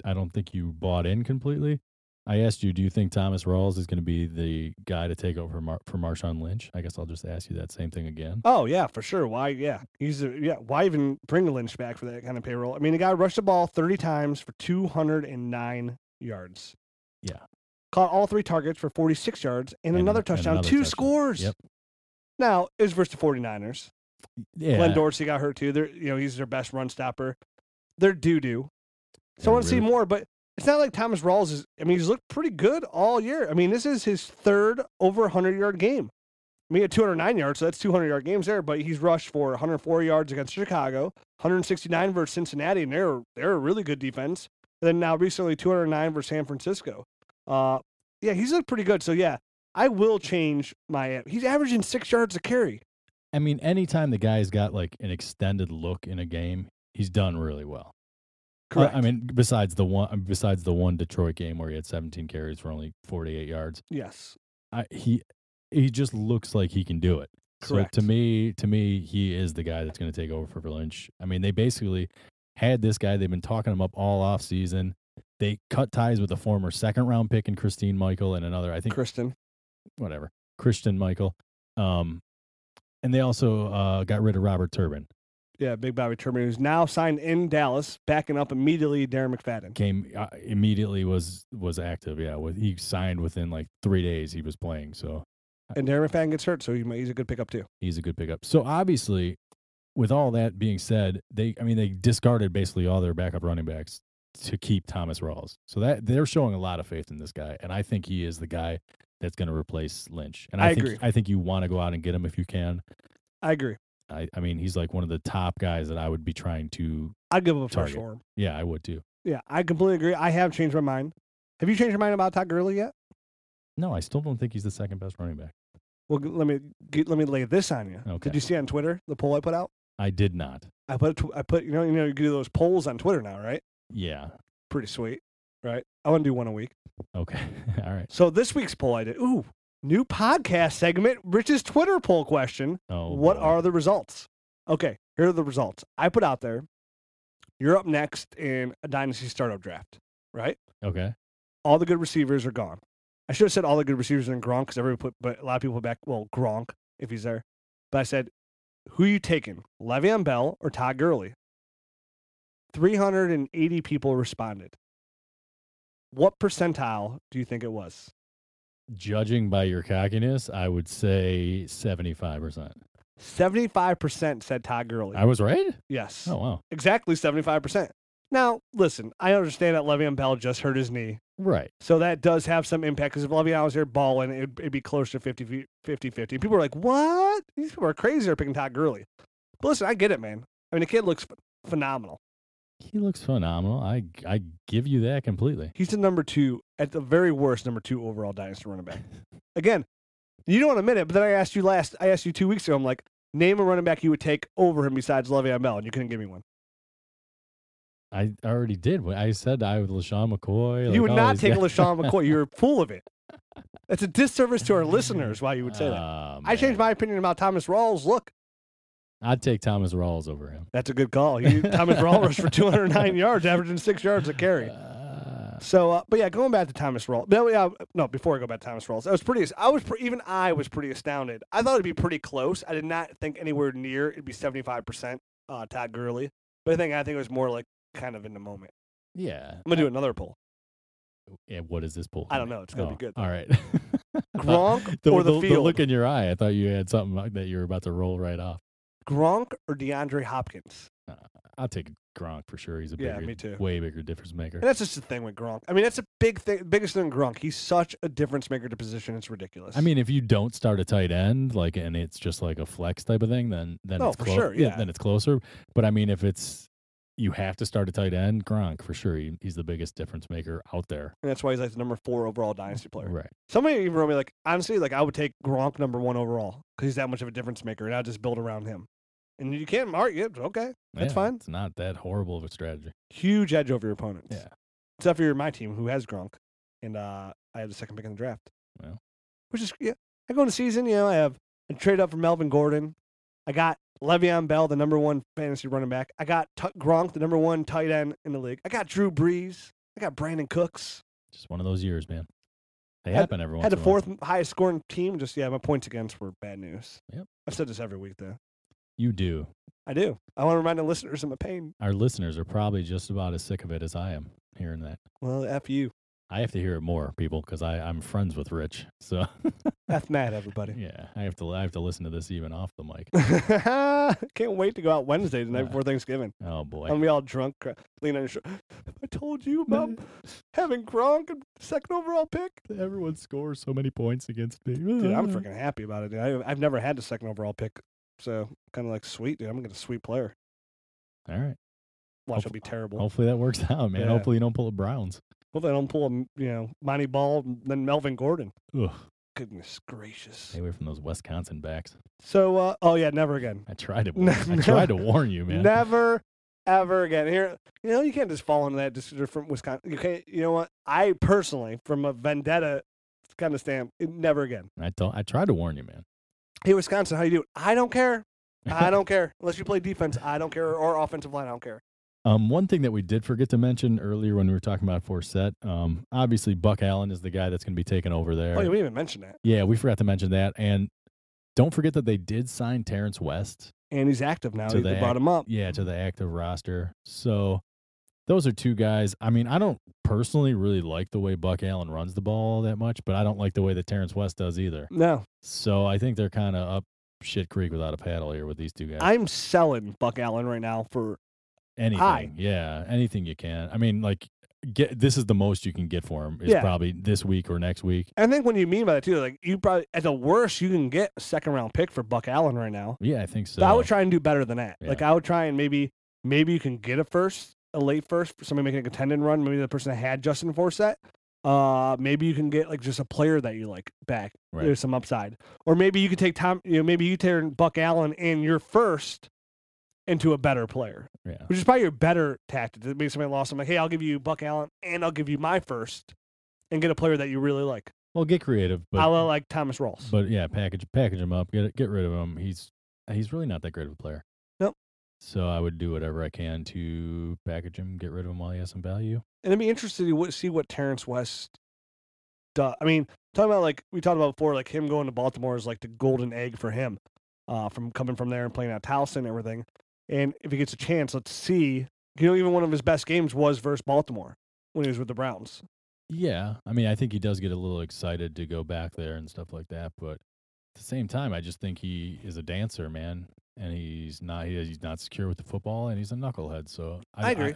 [SPEAKER 3] I don't think you bought in completely. I asked you, do you think Thomas Rawls is going to be the guy to take over Mar- for Marshawn Lynch? I guess I'll just ask you that same thing again.
[SPEAKER 2] Oh yeah, for sure. Why? Yeah, he's a, yeah. Why even bring Lynch back for that kind of payroll? I mean, the guy rushed the ball 30 times for 209 yards.
[SPEAKER 3] Yeah.
[SPEAKER 2] Caught all three targets for 46 yards and,
[SPEAKER 3] And-
[SPEAKER 2] another
[SPEAKER 3] and
[SPEAKER 2] touchdown.
[SPEAKER 3] another
[SPEAKER 2] two
[SPEAKER 3] touchdown.
[SPEAKER 2] scores.
[SPEAKER 3] Yep.
[SPEAKER 2] Now it was versus the 49ers.
[SPEAKER 3] Yeah,
[SPEAKER 2] Glenn Dorsey got hurt too. They're you know he's their best run stopper. They're doo doo. So I
[SPEAKER 3] And
[SPEAKER 2] want to see
[SPEAKER 3] really-
[SPEAKER 2] more, but it's not like Thomas Rawls is. I mean, he's looked pretty good all year. I mean, this is his third over 100 yard game. I mean, he had 209 yards, so that's 200 yard games there. But he's rushed for 104 yards against Chicago, 169 versus Cincinnati, and they're they're a really good defense. And then now recently 209 versus San Francisco. Uh, yeah, he's looked pretty good. So yeah, I will change my. He's averaging six yards a carry.
[SPEAKER 3] I mean, anytime the guy's got like an extended look in a game, he's done really well. Uh, I mean, besides the one besides the one Detroit game where he had 17 carries for only 48 yards,
[SPEAKER 2] yes,
[SPEAKER 3] I, he he just looks like he can do it.
[SPEAKER 2] correct.
[SPEAKER 3] So to me, to me, he is the guy that's going to take over for Lynch. I mean, they basically had this guy. They've been talking him up all off season. They cut ties with a former second round pick and Christine Michael and another, I think,
[SPEAKER 2] Kristen.
[SPEAKER 3] whatever, Christian Michael. Um, and they also uh, got rid of Robert Turbin.
[SPEAKER 2] Yeah, Big Bobby Turbin, who's now signed in Dallas, backing up immediately Darren McFadden.
[SPEAKER 3] Came uh, immediately was was active. Yeah, with, he signed within like three days. He was playing. So
[SPEAKER 2] And Darren McFadden gets hurt, so he might, he's a good pickup too.
[SPEAKER 3] he's a good pickup. So obviously, with all that being said, they I mean they discarded basically all their backup running backs to keep Thomas Rawls. So that they're showing a lot of faith in this guy, and I think he is the guy that's going to replace Lynch. And I,
[SPEAKER 2] I
[SPEAKER 3] think
[SPEAKER 2] agree.
[SPEAKER 3] I think you want to go out and get him if you can.
[SPEAKER 2] I agree.
[SPEAKER 3] I, I mean he's like one of the top guys that I would be trying to.
[SPEAKER 2] I'd give him a first
[SPEAKER 3] Target.
[SPEAKER 2] for him.
[SPEAKER 3] Yeah, I would too.
[SPEAKER 2] Yeah, I completely agree. I have changed my mind. Have you changed your mind about Todd Gurley yet?
[SPEAKER 3] No, I still don't think he's the second best running back.
[SPEAKER 2] Well, g- let me g let me lay this on you.
[SPEAKER 3] Okay.
[SPEAKER 2] Did you see on Twitter the poll I put out?
[SPEAKER 3] I did not.
[SPEAKER 2] I put a tw- I put you know you know you can do those polls on Twitter now, right?
[SPEAKER 3] Yeah.
[SPEAKER 2] Pretty sweet, right? I want to do one a week.
[SPEAKER 3] Okay. all right.
[SPEAKER 2] So this week's poll I did. Ooh, new podcast segment. Rich's Twitter poll question.
[SPEAKER 3] Oh,
[SPEAKER 2] what
[SPEAKER 3] boy.
[SPEAKER 2] are the results? Okay, here are the results. I put out there. You're up next in a dynasty startup draft, right?
[SPEAKER 3] okay?
[SPEAKER 2] All the good receivers are gone. I should have said all the good receivers are in Gronk because everybody put, but a lot of people put back, well, Gronk if he's there. But I said, who you taking, Le'Veon Bell or Todd Gurley? 380 people responded. What percentile do you think it was?
[SPEAKER 3] Judging by your cockiness, I would say seventy-five percent.
[SPEAKER 2] 75% said Todd Gurley.
[SPEAKER 3] I was right.
[SPEAKER 2] yes.
[SPEAKER 3] Oh wow!
[SPEAKER 2] exactly 75%. Now, listen, I understand that Le'Veon Bell just hurt his knee,
[SPEAKER 3] Right.
[SPEAKER 2] so that does have some impact because if Le'Veon was here balling, it'd, it'd be close to 50 50 50. People are like, what? These people are crazy. They're picking Todd Gurley. But listen, I get it, man. I mean, the kid looks ph- phenomenal.
[SPEAKER 3] He looks phenomenal. I I give you that completely.
[SPEAKER 2] He's the number two, at the very worst, number two overall dynasty running back. Again, you don't admit it, but then I asked you last, I asked you two weeks ago, I'm like, name a running back you would take over him besides Le'Veon Bell, and you couldn't give me one.
[SPEAKER 3] I already did. what I said I would LaShawn McCoy.
[SPEAKER 2] you
[SPEAKER 3] like "Oh,
[SPEAKER 2] would
[SPEAKER 3] all
[SPEAKER 2] not
[SPEAKER 3] these
[SPEAKER 2] take
[SPEAKER 3] guys.
[SPEAKER 2] LaShawn McCoy. You're full of it. That's a disservice to our listeners why you would say that.
[SPEAKER 3] Ah,
[SPEAKER 2] I changed
[SPEAKER 3] man.
[SPEAKER 2] my opinion about Thomas Rawls. Look,
[SPEAKER 3] I'd take Thomas Rawls over him.
[SPEAKER 2] that's a good call. He, Thomas Rawls rushed for 209 yards, averaging six yards a carry.
[SPEAKER 3] Uh,
[SPEAKER 2] So, uh, but yeah, going back to Thomas Rawls. No, yeah, uh, no. Before I go back to Thomas Rawls, I was pretty. I was pre- even I was pretty astounded. I thought it'd be pretty close. I did not think anywhere near. It'd be seventy five percent uh, Todd Gurley, but I think I think it was more like kind of in the moment.
[SPEAKER 3] yeah.
[SPEAKER 2] I'm gonna do another poll.
[SPEAKER 3] Yeah, what is this pool?
[SPEAKER 2] I don't know. It's gonna be good.
[SPEAKER 3] All right.
[SPEAKER 2] Gronk
[SPEAKER 3] the,
[SPEAKER 2] or the,
[SPEAKER 3] the,
[SPEAKER 2] field?
[SPEAKER 3] look in your eye. I thought you had something like that you were about to roll right off.
[SPEAKER 2] Gronk or DeAndre Hopkins?
[SPEAKER 3] I'll take Gronk for sure. He's a
[SPEAKER 2] Yeah,
[SPEAKER 3] bigger,
[SPEAKER 2] me too.
[SPEAKER 3] way bigger difference maker.
[SPEAKER 2] And that's just the thing with Gronk. I mean, that's a big thing, biggest thing with Gronk. He's such a difference maker to position. It's ridiculous.
[SPEAKER 3] I mean, if you don't start a tight end, like, and it's just like a flex type of thing, then then
[SPEAKER 2] No,
[SPEAKER 3] it's
[SPEAKER 2] Oh, for
[SPEAKER 3] clo-
[SPEAKER 2] sure, yeah.
[SPEAKER 3] then it's closer. But I mean, if it's you have to start a tight end, Gronk for sure. He, he's the biggest difference maker out there.
[SPEAKER 2] and that's why he's like the number four overall dynasty player.
[SPEAKER 3] Right.
[SPEAKER 2] Somebody even wrote me like, honestly, like I would take Gronk number one overall because he's that much of a difference maker, and I'd just build around him. And you can't argue. it, Okay, That's
[SPEAKER 3] Yeah,
[SPEAKER 2] fine.
[SPEAKER 3] It's not that horrible of a strategy.
[SPEAKER 2] huge edge over your opponents.
[SPEAKER 3] Yeah.
[SPEAKER 2] except for your my team who has Gronk, and uh, I had the second pick in the draft.
[SPEAKER 3] Well.
[SPEAKER 2] which is yeah. I go into season, you know, I have I trade up for Melvin Gordon. I got Le'Veon Bell, the number one fantasy running back. I got Tuck Gronk, the number one tight end in the league. I got Drew Brees. I got Brandon Cooks.
[SPEAKER 3] Just one of those years, man. They
[SPEAKER 2] Had-
[SPEAKER 3] happen every once
[SPEAKER 2] had the
[SPEAKER 3] in a while.
[SPEAKER 2] fourth highest scoring team. Just yeah, my points against were bad news.
[SPEAKER 3] Yep.
[SPEAKER 2] I've said this every week though.
[SPEAKER 3] You do.
[SPEAKER 2] I do. I want to remind the listeners of my pain.
[SPEAKER 3] Our listeners are probably just about as sick of it as I am hearing that.
[SPEAKER 2] Well, f you,
[SPEAKER 3] I have to hear it more, people, because I'm friends with Rich. So
[SPEAKER 2] f mad everybody.
[SPEAKER 3] yeah, I have to I have to listen to this even off the mic.
[SPEAKER 2] Can't wait to go out Wednesday the night
[SPEAKER 3] Uh,
[SPEAKER 2] before Thanksgiving.
[SPEAKER 3] Oh boy.
[SPEAKER 2] I'm gonna be all drunk, cr- lean on your shoulder. I told you about having Gronk and second overall pick.
[SPEAKER 3] Everyone scores so many points against me.
[SPEAKER 2] Dude, I'm freaking happy about it. Dude. I, I've never had the second overall pick, so kind of like sweet, dude. I'm gonna get a sweet player.
[SPEAKER 3] All right.
[SPEAKER 2] Watch,
[SPEAKER 3] Hope-
[SPEAKER 2] it'll be terrible.
[SPEAKER 3] Hopefully that works out, man.
[SPEAKER 2] Yeah.
[SPEAKER 3] Hopefully you don't pull a Browns.
[SPEAKER 2] Hopefully, I don't pull a m- you know Monty Ball, and then Melvin Gordon.
[SPEAKER 3] Ugh.
[SPEAKER 2] Goodness gracious.
[SPEAKER 3] Stay away from those Wisconsin backs.
[SPEAKER 2] So, uh, oh yeah, never again.
[SPEAKER 3] I tried to.
[SPEAKER 2] No,
[SPEAKER 3] I tried to warn you, man.
[SPEAKER 2] Never, ever again. Here, you know, you can't just fall into that just from Wisconsin. You can't. You know what? I personally, from a vendetta kind of stamp, it- never again.
[SPEAKER 3] I told. I tried to warn you, man.
[SPEAKER 2] Hey, Wisconsin, how you doing? I don't care. I don't care unless you play defense. I don't care or offensive line. I don't care.
[SPEAKER 3] Um, one thing that we did forget to mention earlier when we were talking about Forsett, um, obviously Buck Allen is the guy that's going to be taking over there.
[SPEAKER 2] Oh, yeah, we didn't even mention that.
[SPEAKER 3] Yeah, we forgot to mention that. And don't forget that they did sign Terrence West,
[SPEAKER 2] And he's active now.
[SPEAKER 3] So
[SPEAKER 2] they
[SPEAKER 3] they
[SPEAKER 2] brought
[SPEAKER 3] act-
[SPEAKER 2] him up.
[SPEAKER 3] yeah, to the active roster. So those are two guys. I mean, I don't personally really like the way Buck Allen runs the ball all that much, but I don't like the way that Terrence West does either.
[SPEAKER 2] No,
[SPEAKER 3] So I think they're kind of up shit creek without a paddle here with these two guys.
[SPEAKER 2] I'm selling Buck Allen right now for
[SPEAKER 3] anything,
[SPEAKER 2] high.
[SPEAKER 3] yeah, anything you can. I mean, like get this is the most you can get for him is
[SPEAKER 2] Yeah.
[SPEAKER 3] probably this week or next week.
[SPEAKER 2] I think when you mean by that too, like you probably at the worst you can get a second round pick for Buck Allen right now.
[SPEAKER 3] Yeah, I think so.
[SPEAKER 2] But I would try and do better than that. Like
[SPEAKER 3] uh, Yeah.
[SPEAKER 2] I would try and maybe maybe you can get a first, a late first, for somebody making a contending run. Maybe the person that had Justin Forsett. Uh, maybe you can get like just a player that you like back.
[SPEAKER 3] Right.
[SPEAKER 2] There's some upside, or maybe you could take Tom. You know, maybe you turn Buck Allen and your first into a better player,
[SPEAKER 3] yeah.
[SPEAKER 2] which is probably your better tactic. Maybe somebody lost. I'm like, hey, I'll give you Buck Allen and I'll give you my first, and get a player that you really like.
[SPEAKER 3] Well, get creative, but
[SPEAKER 2] I like Thomas Rawls.
[SPEAKER 3] But yeah, package package him up. Get get rid of him. He's he's really not that great of a player.
[SPEAKER 2] Nope.
[SPEAKER 3] So I would do whatever I can to package him, get rid of him while he has some value.
[SPEAKER 2] and I'd be interested to what- see what Terrence West does. I mean, talking about like we talked about before, like him going to Baltimore is like the golden egg for him, uh, from coming from there and playing at Towson and everything. And if he gets a chance, let's see. You know, even one of his best games was versus Baltimore when he was with the Browns.
[SPEAKER 3] Yeah, I mean, I think he does get a little excited to go back there and stuff like that. But at the same time, I just think he is a dancer, man, and he's not he, he's not secure with the football, and he's a knucklehead. So
[SPEAKER 2] I agree.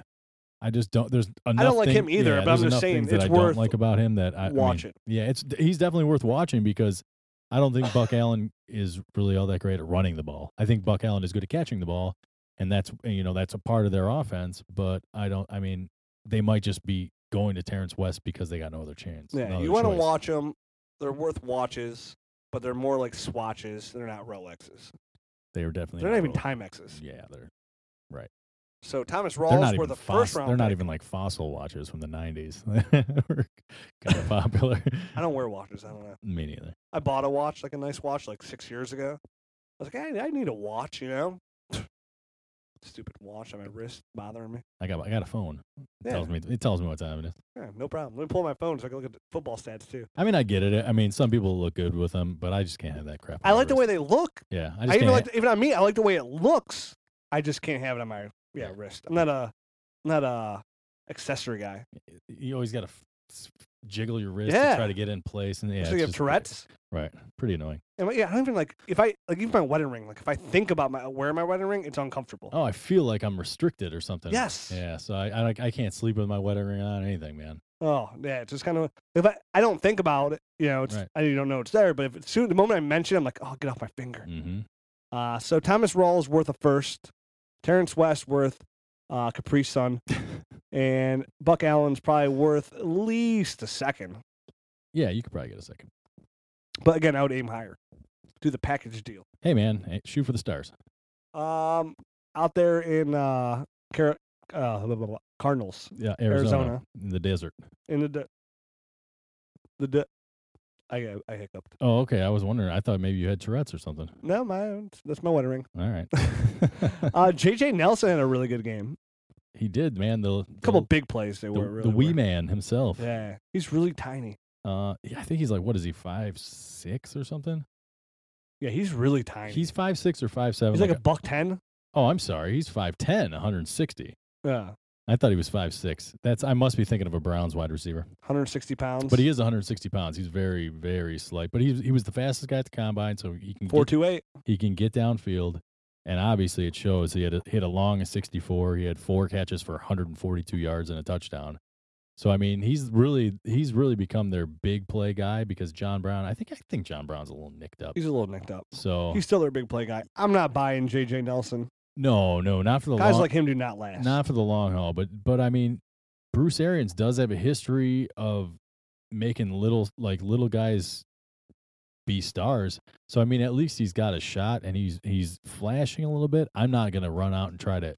[SPEAKER 3] I, I just don't. There's enough.
[SPEAKER 2] like
[SPEAKER 3] thing-
[SPEAKER 2] him either,
[SPEAKER 3] yeah,
[SPEAKER 2] but I'm
[SPEAKER 3] there's
[SPEAKER 2] just
[SPEAKER 3] enough
[SPEAKER 2] saying
[SPEAKER 3] things that
[SPEAKER 2] it's
[SPEAKER 3] I
[SPEAKER 2] worth
[SPEAKER 3] don't like about him that I I mean,
[SPEAKER 2] Watch it.
[SPEAKER 3] Yeah, it's he's definitely worth watching because I don't think Buck Allen is really all that great at running the ball. I think Buck Allen is good at catching the ball, and that's eh, you know that's a part of their offense. But I don't. I mean, they might just be going to Terrence West because they got no other chance.
[SPEAKER 2] Yeah,
[SPEAKER 3] no
[SPEAKER 2] you want
[SPEAKER 3] other
[SPEAKER 2] to
[SPEAKER 3] choice.
[SPEAKER 2] watch them. They're worth watches, but they're more like swatches. They're not Rolexes.
[SPEAKER 3] They are definitely.
[SPEAKER 2] They're not even
[SPEAKER 3] real-
[SPEAKER 2] Timexes.
[SPEAKER 3] Yeah, they're
[SPEAKER 2] So Thomas
[SPEAKER 3] they're
[SPEAKER 2] Rawls
[SPEAKER 3] not
[SPEAKER 2] were
[SPEAKER 3] even
[SPEAKER 2] the
[SPEAKER 3] fos-
[SPEAKER 2] first round.
[SPEAKER 3] They're not
[SPEAKER 2] pick.
[SPEAKER 3] even like fossil watchers from the '90s. Were kind of popular.
[SPEAKER 2] I don't wear watches. I don't know.
[SPEAKER 3] Me neither.
[SPEAKER 2] I bought a watch, like a nice watch, like six years ago. I was like, I, I need a watch, you know. Stupid watch on my wrist bothering me.
[SPEAKER 3] I got I got a phone. It
[SPEAKER 2] Yeah.
[SPEAKER 3] tells me it tells me what time it is.
[SPEAKER 2] Yeah, no problem. Let me pull my phone so I can look at the football stats too.
[SPEAKER 3] I mean, I get it. I mean, some people look good with them, but I just can't have that crap. on
[SPEAKER 2] I
[SPEAKER 3] my
[SPEAKER 2] like the
[SPEAKER 3] wrist.
[SPEAKER 2] way they look.
[SPEAKER 3] Yeah, I
[SPEAKER 2] I,
[SPEAKER 3] just
[SPEAKER 2] even
[SPEAKER 3] can't.
[SPEAKER 2] like even on me. I like the way it looks. I just can't have it on my yeah wrist. I'm not a not a accessory guy.
[SPEAKER 3] you always got to f- jiggle your wrist to
[SPEAKER 2] Yeah.
[SPEAKER 3] try to get in place, and yeah,
[SPEAKER 2] so
[SPEAKER 3] it's
[SPEAKER 2] you have
[SPEAKER 3] just-
[SPEAKER 2] Tourette's.
[SPEAKER 3] Right, pretty annoying.
[SPEAKER 2] And like, yeah, I don't even like if I like even my wedding ring. Like if I think about my wearing my wedding ring, it's uncomfortable.
[SPEAKER 3] Oh, I feel like I'm restricted or something.
[SPEAKER 2] yes.
[SPEAKER 3] Yeah, so I I, like, I can't sleep with my wedding ring on or anything, man.
[SPEAKER 2] Oh yeah, it's just kind of if I, I don't think about it, you know, it's
[SPEAKER 3] Right.
[SPEAKER 2] I don't know it's there. But if it's soon, the moment I mention, it, I'm like, oh, get off my finger.
[SPEAKER 3] Mm-hmm.
[SPEAKER 2] Uh, so Thomas Rawls worth a first, Terrence West worth uh, Capri Sun, and Buck Allen's probably worth at least a second.
[SPEAKER 3] Yeah, you could probably get a second.
[SPEAKER 2] But again, I would aim higher, do the package deal.
[SPEAKER 3] Hey, man, hey, shoot for the stars.
[SPEAKER 2] Um, out there in uh, Car- uh blah, blah, blah, Cardinals
[SPEAKER 3] Yeah, Arizona,
[SPEAKER 2] Arizona.
[SPEAKER 3] in the desert.
[SPEAKER 2] in the de- the de- I I hiccuped.
[SPEAKER 3] Oh, okay. I was wondering. I thought maybe you had Tourette's or something.
[SPEAKER 2] No, my that's my wedding ring.
[SPEAKER 3] All right.
[SPEAKER 2] Uh, JJ Nelson had a really good game.
[SPEAKER 3] he did, man. The, the
[SPEAKER 2] A couple big plays they
[SPEAKER 3] the,
[SPEAKER 2] were
[SPEAKER 3] the
[SPEAKER 2] really
[SPEAKER 3] wee
[SPEAKER 2] were.
[SPEAKER 3] man himself.
[SPEAKER 2] Yeah, he's really tiny.
[SPEAKER 3] Uh, yeah, I think he's like what is he five six or something?
[SPEAKER 2] Yeah, he's really tiny.
[SPEAKER 3] He's five six or five seven.
[SPEAKER 2] he's like a buck ten.
[SPEAKER 3] oh, I'm sorry, he's 5'10", 160.
[SPEAKER 2] Yeah,
[SPEAKER 3] I thought he was five six. That's I must be thinking of a Browns wide receiver,
[SPEAKER 2] 160 pounds.
[SPEAKER 3] but he is 160 pounds. He's very very slight, but he he was the fastest guy at the combine, so he can
[SPEAKER 2] four
[SPEAKER 3] get,
[SPEAKER 2] two eight.
[SPEAKER 3] he can get downfield, and obviously it shows. He had a, hit a long of 64. He had four catches for 142 yards and a touchdown. So I mean, he's really he's really become their big play guy because John Brown. I think I think John Brown's a little nicked up.
[SPEAKER 2] He's a little nicked up.
[SPEAKER 3] So
[SPEAKER 2] He's still their big play guy. I'm not buying JJ Nelson.
[SPEAKER 3] no, no, not for the
[SPEAKER 2] Guys
[SPEAKER 3] long,
[SPEAKER 2] like him do not last.
[SPEAKER 3] not for the long haul. But but I mean, Bruce Arians does have a history of making little like little guys be stars. So I mean, at least he's got a shot and he's he's flashing a little bit. I'm not gonna run out and try to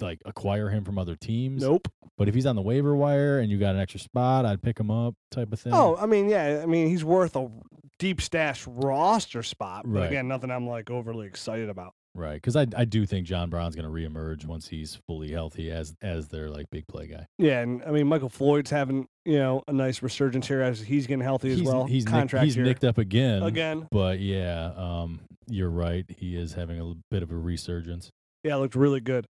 [SPEAKER 3] like acquire him from other teams.
[SPEAKER 2] nope.
[SPEAKER 3] But if he's on the waiver wire and you got an extra spot, I'd pick him up, type of thing.
[SPEAKER 2] Oh, I mean, yeah, I mean, he's worth a deep stash roster spot. But
[SPEAKER 3] Right.
[SPEAKER 2] again, nothing I'm like overly excited about.
[SPEAKER 3] Right, because I I do think John Brown's going to reemerge once he's fully healthy as as their like big play guy.
[SPEAKER 2] Yeah, and I mean, Michael Floyd's having you know a nice resurgence here as he's getting healthy as
[SPEAKER 3] he's
[SPEAKER 2] well.
[SPEAKER 3] he's, nicked,
[SPEAKER 2] contract
[SPEAKER 3] he's
[SPEAKER 2] year.
[SPEAKER 3] nicked up again,
[SPEAKER 2] again.
[SPEAKER 3] but yeah, um, you're right. He is having a l- bit of a resurgence.
[SPEAKER 2] Yeah, it looked really good.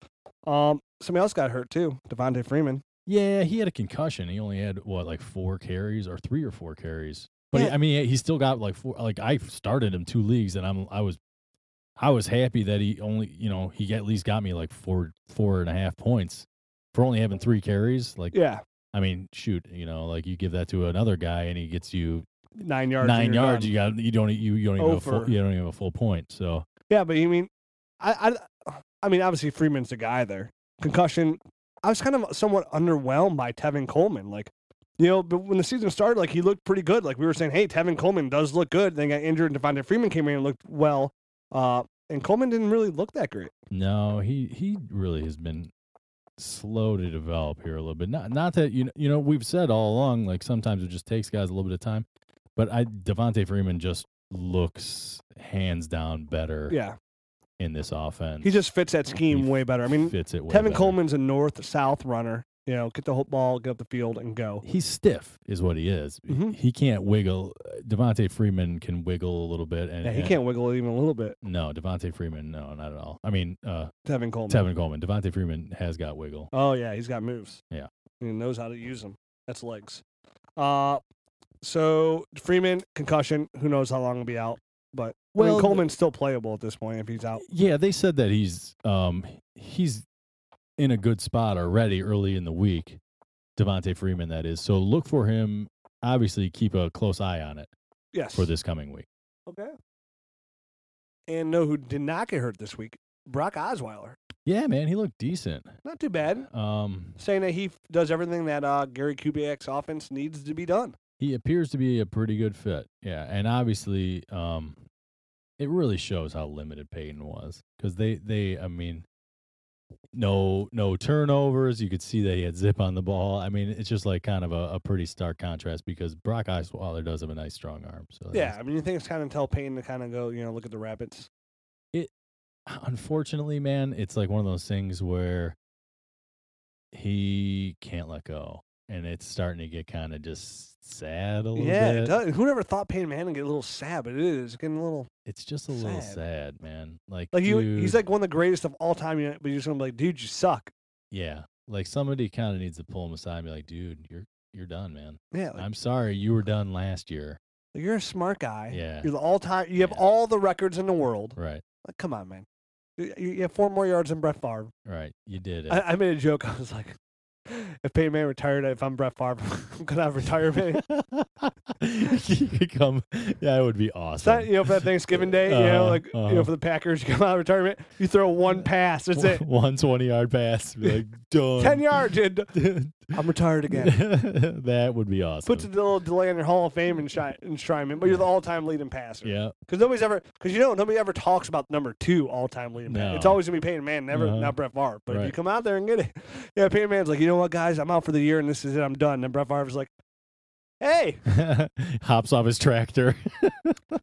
[SPEAKER 2] Um, somebody else got hurt too, Devontae Freeman.
[SPEAKER 3] Yeah, he had a concussion. He only had what like four carries or three or four carries. But
[SPEAKER 2] Yeah.
[SPEAKER 3] I mean, he still got like four. Like I started him two leagues, and I'm I was I was happy that he only you know he at least got me like four four and a half points for only having three carries. Like
[SPEAKER 2] Yeah,
[SPEAKER 3] I mean, shoot, you know, like you give that to another guy and he gets you
[SPEAKER 2] nine yards. and
[SPEAKER 3] nine
[SPEAKER 2] you're
[SPEAKER 3] yards.
[SPEAKER 2] done.
[SPEAKER 3] You got you don't you, you don't even have a full,
[SPEAKER 2] Over.
[SPEAKER 3] you don't even have a full point. So
[SPEAKER 2] Yeah, but you mean, I, I, I mean, obviously Freeman's the guy there. Concussion. I was kind of somewhat underwhelmed by Tevin Coleman. Like, you know, but when the season started, like he looked pretty good. Like we were saying, hey, Tevin Coleman does look good. Then got injured, and Devontae Freeman came in and looked well. Uh, and Coleman didn't really look that great.
[SPEAKER 3] no, he he really has been slow to develop here a little bit. Not not that you know, you know we've said all along like sometimes it just takes guys a little bit of time, but I Devontae Freeman just looks hands down better
[SPEAKER 2] Yeah,
[SPEAKER 3] in this offense.
[SPEAKER 2] he just fits that scheme
[SPEAKER 3] He
[SPEAKER 2] way better. I mean,
[SPEAKER 3] fits it. Way
[SPEAKER 2] Tevin
[SPEAKER 3] better.
[SPEAKER 2] Coleman's a north-south runner. You know, get the whole ball, get up the field, and go.
[SPEAKER 3] he's stiff is what he is.
[SPEAKER 2] Mhm.
[SPEAKER 3] He can't wiggle. Devontae Freeman can wiggle a little bit, and
[SPEAKER 2] Yeah, he
[SPEAKER 3] and-
[SPEAKER 2] can't wiggle even a little bit.
[SPEAKER 3] No, Devontae Freeman, no, not at all. I mean, uh,
[SPEAKER 2] Tevin Coleman.
[SPEAKER 3] Tevin Coleman. Devontae Freeman has got wiggle.
[SPEAKER 2] Oh yeah, he's got moves.
[SPEAKER 3] Yeah.
[SPEAKER 2] he knows how to use them. That's legs. Uh, so Freeman concussion. Who knows how long he'll be out? But well,
[SPEAKER 3] Well,
[SPEAKER 2] Coleman's still playable at this point if he's out.
[SPEAKER 3] Yeah, they said that he's um he's in a good spot already early in the week. Devontae Freeman, that is. So look for him. Obviously, keep a close eye on it
[SPEAKER 2] Yes.
[SPEAKER 3] for this coming week.
[SPEAKER 2] Okay. And no, who did not get hurt this week? Brock Osweiler.
[SPEAKER 3] Yeah, man, he looked decent.
[SPEAKER 2] Not too bad.
[SPEAKER 3] Um,
[SPEAKER 2] Saying that he f- does everything that uh, Gary Kubiak's offense needs to be done.
[SPEAKER 3] he appears to be a pretty good fit. Yeah, and obviously, um, it really shows how limited Peyton was because they they I mean, no no turnovers. You could see that he had zip on the ball. I mean, it's just like kind of a, a pretty stark contrast because Brock Osweiler does have a nice strong arm. So that's-
[SPEAKER 2] Yeah, I mean, you think it's kind of tell Payton to kind of go, you know, look at the Rapids.
[SPEAKER 3] uh, unfortunately, man, it's like one of those things where he can't let go, and it's starting to get kind of just sad a little
[SPEAKER 2] Yeah,
[SPEAKER 3] bit.
[SPEAKER 2] it does. Who never thought Peyton Manning get a little sad, but it is getting a little
[SPEAKER 3] It's just a little
[SPEAKER 2] Sad.
[SPEAKER 3] sad, man. Like,
[SPEAKER 2] like you.
[SPEAKER 3] dude,
[SPEAKER 2] He's like one of the greatest of all time, you know, but you're just gonna be like, dude, you suck.
[SPEAKER 3] yeah, like somebody kind of needs to pull him aside and be like, dude, you're you're done, man.
[SPEAKER 2] Yeah, like,
[SPEAKER 3] I'm sorry, you were done last year.
[SPEAKER 2] like, you're a smart guy.
[SPEAKER 3] Yeah,
[SPEAKER 2] You're the all time. You have
[SPEAKER 3] Yeah.
[SPEAKER 2] all the records in the world.
[SPEAKER 3] right,
[SPEAKER 2] Like, come on, man. You, you you have four more yards than Brett Favre.
[SPEAKER 3] right. You did it.
[SPEAKER 2] I, I made a joke. I was like, if Peyton Manning retired, if I'm Brett Favre, I'm gonna have retirement.
[SPEAKER 3] you could come. Yeah, it would be awesome.
[SPEAKER 2] It's not, you know, for that Thanksgiving Day, you know,
[SPEAKER 3] Uh-huh,
[SPEAKER 2] like you know,
[SPEAKER 3] uh-huh.
[SPEAKER 2] for the Packers, you come out of retirement, you throw one pass. That's it.
[SPEAKER 3] One 20 yard pass. be like, done.
[SPEAKER 2] Ten yards. and I'm retired again.
[SPEAKER 3] that would be awesome.
[SPEAKER 2] Puts a little delay on your Hall of Fame enshri- enshrinement, but you're the all-time leading passer.
[SPEAKER 3] yeah,
[SPEAKER 2] Because nobody's ever, because you know, nobody ever talks about number two all-time leading passer. It's
[SPEAKER 3] No.
[SPEAKER 2] always gonna be Peyton Manning, never
[SPEAKER 3] Uh-huh.
[SPEAKER 2] not Brett Favre. But if you
[SPEAKER 3] Right.
[SPEAKER 2] come out there and get it, yeah, Peyton Manning's like, you know what, guys, I'm out for the year and this is it, I'm done. And Brett Favre's like, hey,
[SPEAKER 3] hops off his tractor.
[SPEAKER 2] you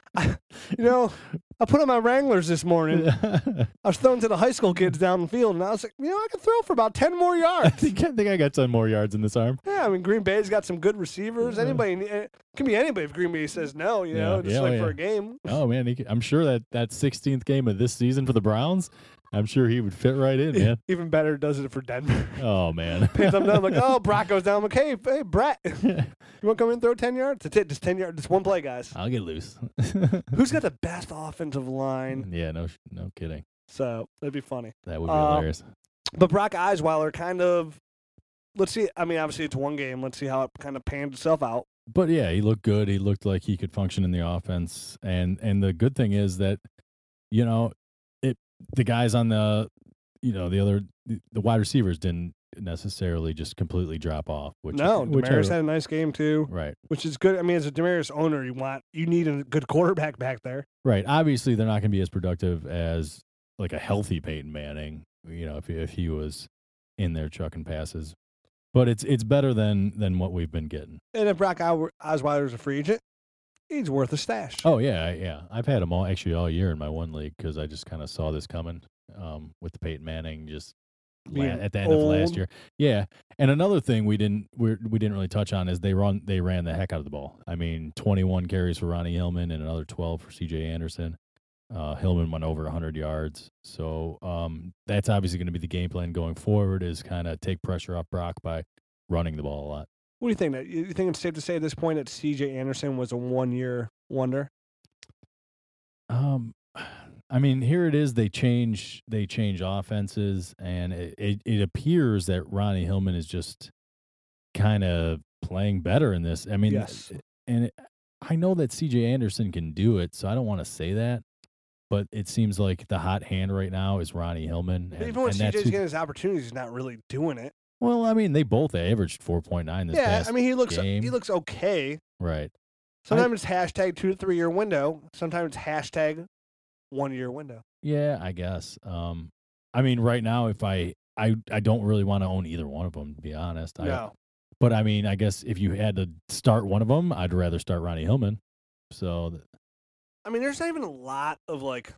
[SPEAKER 2] know, I put on my Wranglers this morning.
[SPEAKER 3] I
[SPEAKER 2] I was throwing to the high school kids down the field, and I was like, you know, I can throw for about ten more yards.
[SPEAKER 3] think I think I got ten more yards in this arm.
[SPEAKER 2] Yeah, I mean Green Bay's got some good receivers.
[SPEAKER 3] Yeah.
[SPEAKER 2] Anybody eh, it can be anybody if Green Bay says no, you know,
[SPEAKER 3] Yeah,
[SPEAKER 2] just
[SPEAKER 3] yeah,
[SPEAKER 2] like
[SPEAKER 3] oh,
[SPEAKER 2] for
[SPEAKER 3] yeah.
[SPEAKER 2] a game.
[SPEAKER 3] Oh man, he, could- I'm sure that that 16th game of this season for the Browns, I'm sure he would fit right in, man.
[SPEAKER 2] Even better does it for Denver.
[SPEAKER 3] Oh man,
[SPEAKER 2] Pins I'm down, like, oh, Brock goes down. I'm like, hey, hey, Brett, you want to come in and throw 10 yards? That's it, just 10 yards, just one play, guys.
[SPEAKER 3] I'll get loose.
[SPEAKER 2] Who's got the best offensive line?
[SPEAKER 3] yeah, no, sh- no kidding.
[SPEAKER 2] So that'd be funny.
[SPEAKER 3] That would be
[SPEAKER 2] Uh,
[SPEAKER 3] hilarious.
[SPEAKER 2] But Brock Osweiler kind of, let's see. I mean, obviously it's one game. Let's see how it kind of pans itself out.
[SPEAKER 3] but yeah, he looked good. He looked like he could function in the offense. And and the good thing is that, you know, it the guys on the you know, the other the, the wide receivers didn't necessarily just completely drop off, which
[SPEAKER 2] no,
[SPEAKER 3] which
[SPEAKER 2] Damaris
[SPEAKER 3] I-
[SPEAKER 2] had a nice game too,
[SPEAKER 3] right.
[SPEAKER 2] which is good. I mean, as a Damaris owner, you want, you need a good quarterback back there.
[SPEAKER 3] Right. Obviously they're not gonna be as productive as like a healthy Peyton Manning, you know, if he- if he was in there chucking passes. But it's it's better than than what we've been getting.
[SPEAKER 2] And if Brock Ow- Osweiler's a free agent, he's worth a stash.
[SPEAKER 3] Oh yeah, I- yeah. I've had him all actually all year in my one league because I just kind of saw this coming um, with Peyton Manning just la-
[SPEAKER 2] Being
[SPEAKER 3] at the end of last
[SPEAKER 2] old.
[SPEAKER 3] year. Yeah, and another thing we didn't we we didn't really touch on is they run they ran the heck out of the ball. I mean, 21 carries for Ronnie Hillman and another 12 for C.J. Anderson. Uh, Hillman went over 100 yards, so um, that's obviously going to be the game plan going forward. Is kind of take pressure off Brock by running the ball a lot.
[SPEAKER 2] What do you think? That you think it's safe to say at this point that C.J. Anderson was a one-year wonder?
[SPEAKER 3] Um, I mean, here it is. They change they change offenses, and it it, it appears that Ronnie Hillman is just kind of playing better in this. I mean, eh,
[SPEAKER 2] Yes.
[SPEAKER 3] and it, I know that C.J. Anderson can do it, so I don't want to say that. But it seems like the hot hand right now is Ronnie Hillman. And,
[SPEAKER 2] Even when
[SPEAKER 3] and
[SPEAKER 2] C.J.'s
[SPEAKER 3] that's who-
[SPEAKER 2] getting his opportunities, he's not really doing it.
[SPEAKER 3] well, I mean, they both averaged four point nine this
[SPEAKER 2] yeah,
[SPEAKER 3] past
[SPEAKER 2] I mean he looks he
[SPEAKER 3] game.
[SPEAKER 2] looks okay.
[SPEAKER 3] right.
[SPEAKER 2] Sometimes it's hashtag two to three year window. Sometimes it's hashtag one year window.
[SPEAKER 3] Yeah, I guess. Um, I mean, right now, if I I I don't really want to own either one of them, to be honest. I,
[SPEAKER 2] no,
[SPEAKER 3] But I mean, I guess if you had to start one of them, I'd rather start Ronnie Hillman. So th-
[SPEAKER 2] I mean there's not even a lot of like,